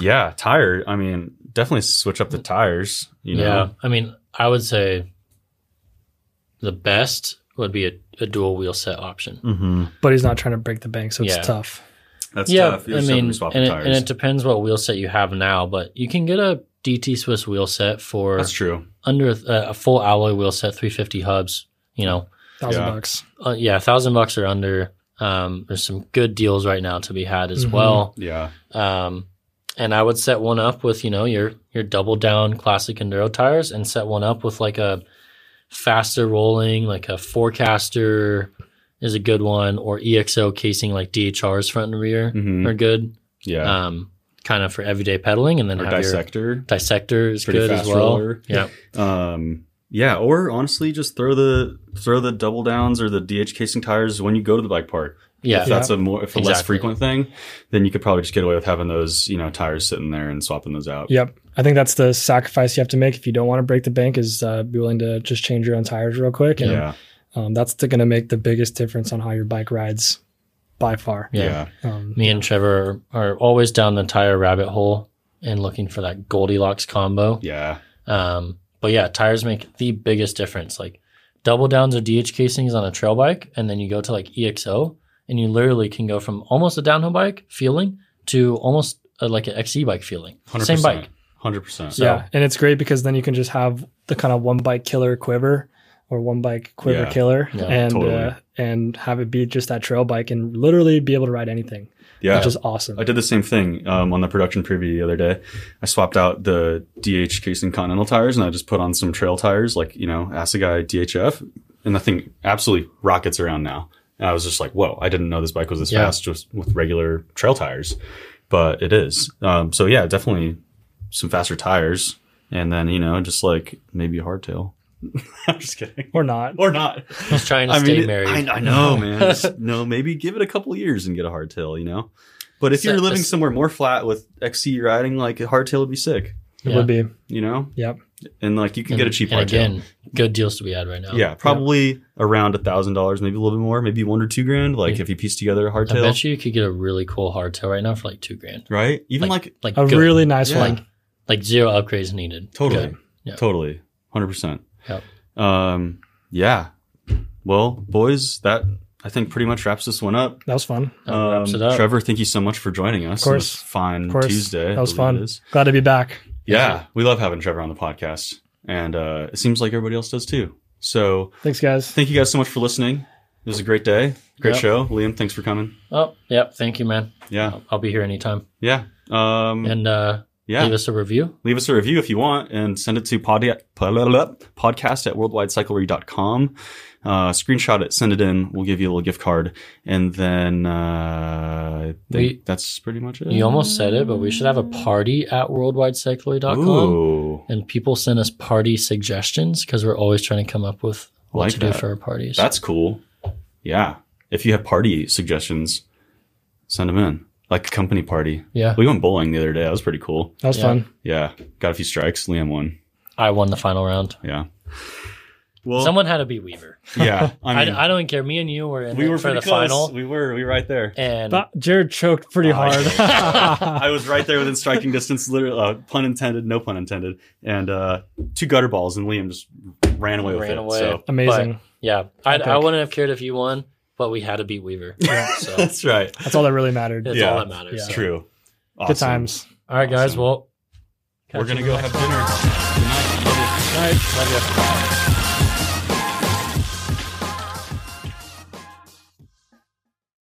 [SPEAKER 1] Yeah, tire. I mean, definitely switch up the tires. You know,
[SPEAKER 2] Yeah. I mean, I would say the best would be a, a dual wheel set option.
[SPEAKER 1] Mm-hmm.
[SPEAKER 3] But he's not trying to break the bank, so it's
[SPEAKER 2] Yeah.
[SPEAKER 3] tough.
[SPEAKER 1] That's
[SPEAKER 2] yeah,
[SPEAKER 1] tough.
[SPEAKER 2] I
[SPEAKER 1] You're
[SPEAKER 2] mean,
[SPEAKER 1] swap
[SPEAKER 2] and
[SPEAKER 1] the
[SPEAKER 2] it,
[SPEAKER 1] tires.
[SPEAKER 2] and it depends what wheel set you have now, but you can get a DT Swiss wheel set for
[SPEAKER 1] That's true.
[SPEAKER 2] under a, a full alloy wheel set, 350 hubs. You know,
[SPEAKER 3] Thousand
[SPEAKER 1] Yeah.
[SPEAKER 3] bucks.
[SPEAKER 2] uh, yeah, a thousand bucks or under. Um, there's some good deals right now to be had as
[SPEAKER 3] Mhm.
[SPEAKER 1] Mm-hmm.
[SPEAKER 2] well.
[SPEAKER 1] Yeah.
[SPEAKER 2] Um, and I would set one up with you know your your double down classic enduro tires, and set one up with like a faster rolling, like a Forecaster is a good one, or EXO casing like DHRs front and rear
[SPEAKER 1] Mhm.
[SPEAKER 2] are good.
[SPEAKER 1] Yeah.
[SPEAKER 2] Um, kind of for everyday pedaling, and then
[SPEAKER 1] or
[SPEAKER 2] have
[SPEAKER 1] dissector.
[SPEAKER 2] your dissector is
[SPEAKER 1] Pretty
[SPEAKER 2] good
[SPEAKER 1] fast
[SPEAKER 2] as well.
[SPEAKER 1] roller.
[SPEAKER 2] Yeah,
[SPEAKER 1] Um, yeah, or honestly, just throw the throw the double downs or the DH casing tires when you go to the bike park.
[SPEAKER 2] yeah,
[SPEAKER 1] If that's a more if a less
[SPEAKER 2] Exactly.
[SPEAKER 1] frequent thing, then you could probably just get away with having those you know tires sitting there and swapping those out.
[SPEAKER 3] Yep. I think that's the sacrifice you have to make if you don't want to break the bank is uh, be willing to just change your own tires real quick. And
[SPEAKER 1] Yeah.
[SPEAKER 3] um, that's going to make the biggest difference on how your bike rides by far.
[SPEAKER 1] Yeah.
[SPEAKER 2] yeah.
[SPEAKER 3] Um,
[SPEAKER 2] me and Trevor are always down the tire rabbit hole and looking for that Goldilocks combo.
[SPEAKER 1] Yeah.
[SPEAKER 2] Um, but yeah, tires make the biggest difference. Like double downs or DH casings on a trail bike, and then you go to like EXO, and you literally can go from almost a downhill bike feeling to almost uh like an XE bike feeling.
[SPEAKER 1] 100%,
[SPEAKER 2] Same bike.
[SPEAKER 1] Hundred percent.
[SPEAKER 2] So-
[SPEAKER 3] Yeah. And it's great because then you can just have the kind of one bike killer quiver or one bike quiver
[SPEAKER 1] Yeah.
[SPEAKER 3] killer
[SPEAKER 2] Yeah,
[SPEAKER 3] and
[SPEAKER 1] totally.
[SPEAKER 3] uh, and have it be just that trail bike and literally be able to ride anything,
[SPEAKER 1] Yeah.
[SPEAKER 3] which is awesome.
[SPEAKER 1] I did the same thing um, on the production preview the other day. I swapped out the DH casing Continental tires and I just put on some trail tires, like, you know, Assegai DHF, and the thing absolutely rockets around now. And I was just like, whoa, I didn't know this bike was this
[SPEAKER 2] Yeah.
[SPEAKER 1] fast just with regular trail tires, but it is. Um, so, yeah, definitely some faster tires. And then, you know, just like maybe a hardtail. I'm just kidding.
[SPEAKER 3] or not.
[SPEAKER 1] Or not.
[SPEAKER 2] Just trying to stay
[SPEAKER 1] it-
[SPEAKER 2] married.
[SPEAKER 1] I, I know, man. Just, no, maybe give it a couple years and get a hardtail, you know? But if
[SPEAKER 2] So-
[SPEAKER 1] you're living
[SPEAKER 2] this-
[SPEAKER 1] somewhere more flat with XC riding, like a hardtail would be sick,
[SPEAKER 3] It
[SPEAKER 2] Yeah.
[SPEAKER 3] would be.
[SPEAKER 1] you know?
[SPEAKER 3] Yep.
[SPEAKER 1] And like you can
[SPEAKER 2] And-
[SPEAKER 1] get a cheap
[SPEAKER 2] and
[SPEAKER 1] hardtail.
[SPEAKER 2] again, good deals to be had right now.
[SPEAKER 1] yeah, probably around a thousand dollars, maybe a little bit more, maybe one or two grand. Like
[SPEAKER 2] Yeah.
[SPEAKER 1] if you piece together a
[SPEAKER 2] I
[SPEAKER 1] hardtail,
[SPEAKER 2] bet you you could get a really cool hardtail right now for like two grand.
[SPEAKER 1] right? Even like,
[SPEAKER 2] Like
[SPEAKER 3] A
[SPEAKER 2] good.
[SPEAKER 3] really nice
[SPEAKER 1] Yeah.
[SPEAKER 3] one.
[SPEAKER 2] like zero upgrades needed.
[SPEAKER 1] totally,
[SPEAKER 2] Good. Yeah.
[SPEAKER 1] totally, hundred percent.
[SPEAKER 2] Yep.
[SPEAKER 1] Um, yeah. Well, boys, that I think pretty much wraps this one up.
[SPEAKER 3] That was fun.
[SPEAKER 2] That wraps
[SPEAKER 1] Um,
[SPEAKER 2] it up.
[SPEAKER 1] Trevor, thank you so much for joining us.
[SPEAKER 3] Of course.
[SPEAKER 1] It was a fine
[SPEAKER 3] Of course.
[SPEAKER 1] Tuesday. I
[SPEAKER 3] that was
[SPEAKER 1] believe it
[SPEAKER 3] fun.
[SPEAKER 1] is.
[SPEAKER 3] Glad to be back.
[SPEAKER 1] Yeah, we love having Trevor on the podcast, and uh, it seems like everybody else does too. So
[SPEAKER 3] Thanks, guys.
[SPEAKER 1] thank you guys so much for listening. It was a great day, great
[SPEAKER 2] Yep.
[SPEAKER 1] show. Liam, thanks for coming.
[SPEAKER 2] Oh, yep. Thank you, man.
[SPEAKER 1] Yeah,
[SPEAKER 2] I'll, I'll be here anytime.
[SPEAKER 1] yeah. Um,
[SPEAKER 2] And uh,
[SPEAKER 1] Yeah.
[SPEAKER 2] Leave us a review.
[SPEAKER 1] leave us a review if you want and send it to pod- podcast at worldwidecyclery.com. Uh, screenshot it, send it in. We'll give you a little gift card. And then uh, I think
[SPEAKER 2] We-
[SPEAKER 1] that's pretty much it.
[SPEAKER 2] You almost said it, but we should have a party at worldwidecyclery.com.
[SPEAKER 1] Ooh,
[SPEAKER 2] And people send us party suggestions because we're always trying to come up with what
[SPEAKER 1] Like
[SPEAKER 2] to
[SPEAKER 1] that.
[SPEAKER 2] do for our parties.
[SPEAKER 1] that's cool. Yeah. If you have party suggestions, send them in. Like a company party.
[SPEAKER 2] yeah.
[SPEAKER 1] We went bowling the other day. That was pretty cool.
[SPEAKER 3] That was
[SPEAKER 2] Yeah.
[SPEAKER 3] fun.
[SPEAKER 1] Yeah. Got a few strikes. Liam won.
[SPEAKER 2] I won the final round.
[SPEAKER 1] Yeah. Well,
[SPEAKER 2] Someone had to beat Weaver.
[SPEAKER 1] yeah. I
[SPEAKER 2] I,
[SPEAKER 1] mean,
[SPEAKER 2] I don't care. Me and you were in
[SPEAKER 1] we
[SPEAKER 2] it
[SPEAKER 1] were
[SPEAKER 2] for
[SPEAKER 1] pretty
[SPEAKER 2] the
[SPEAKER 1] close.
[SPEAKER 2] final.
[SPEAKER 1] We were. We were right there.
[SPEAKER 2] And
[SPEAKER 3] But Jared choked pretty hard.
[SPEAKER 1] Oh, I was right there within striking distance, literally, uh, pun intended, no pun intended, and uh, two gutter balls, and Liam just ran away with
[SPEAKER 2] Ran
[SPEAKER 1] it.
[SPEAKER 2] away.
[SPEAKER 1] So
[SPEAKER 3] Amazing.
[SPEAKER 2] yeah, I, I
[SPEAKER 3] Epic.
[SPEAKER 2] wouldn't have cared if you won, but we had to beat Weaver. So it's
[SPEAKER 1] that's right.
[SPEAKER 3] That's all that really mattered.
[SPEAKER 1] Yeah.
[SPEAKER 2] all that matters.
[SPEAKER 3] Yeah.
[SPEAKER 2] so.
[SPEAKER 1] True. Awesome.
[SPEAKER 3] Good times.
[SPEAKER 2] All right, guys.
[SPEAKER 1] Awesome.
[SPEAKER 2] Well,
[SPEAKER 1] We're
[SPEAKER 2] catch you
[SPEAKER 1] gonna
[SPEAKER 2] in
[SPEAKER 1] go
[SPEAKER 2] the
[SPEAKER 1] have
[SPEAKER 2] next
[SPEAKER 1] dinner.
[SPEAKER 2] one. Love you.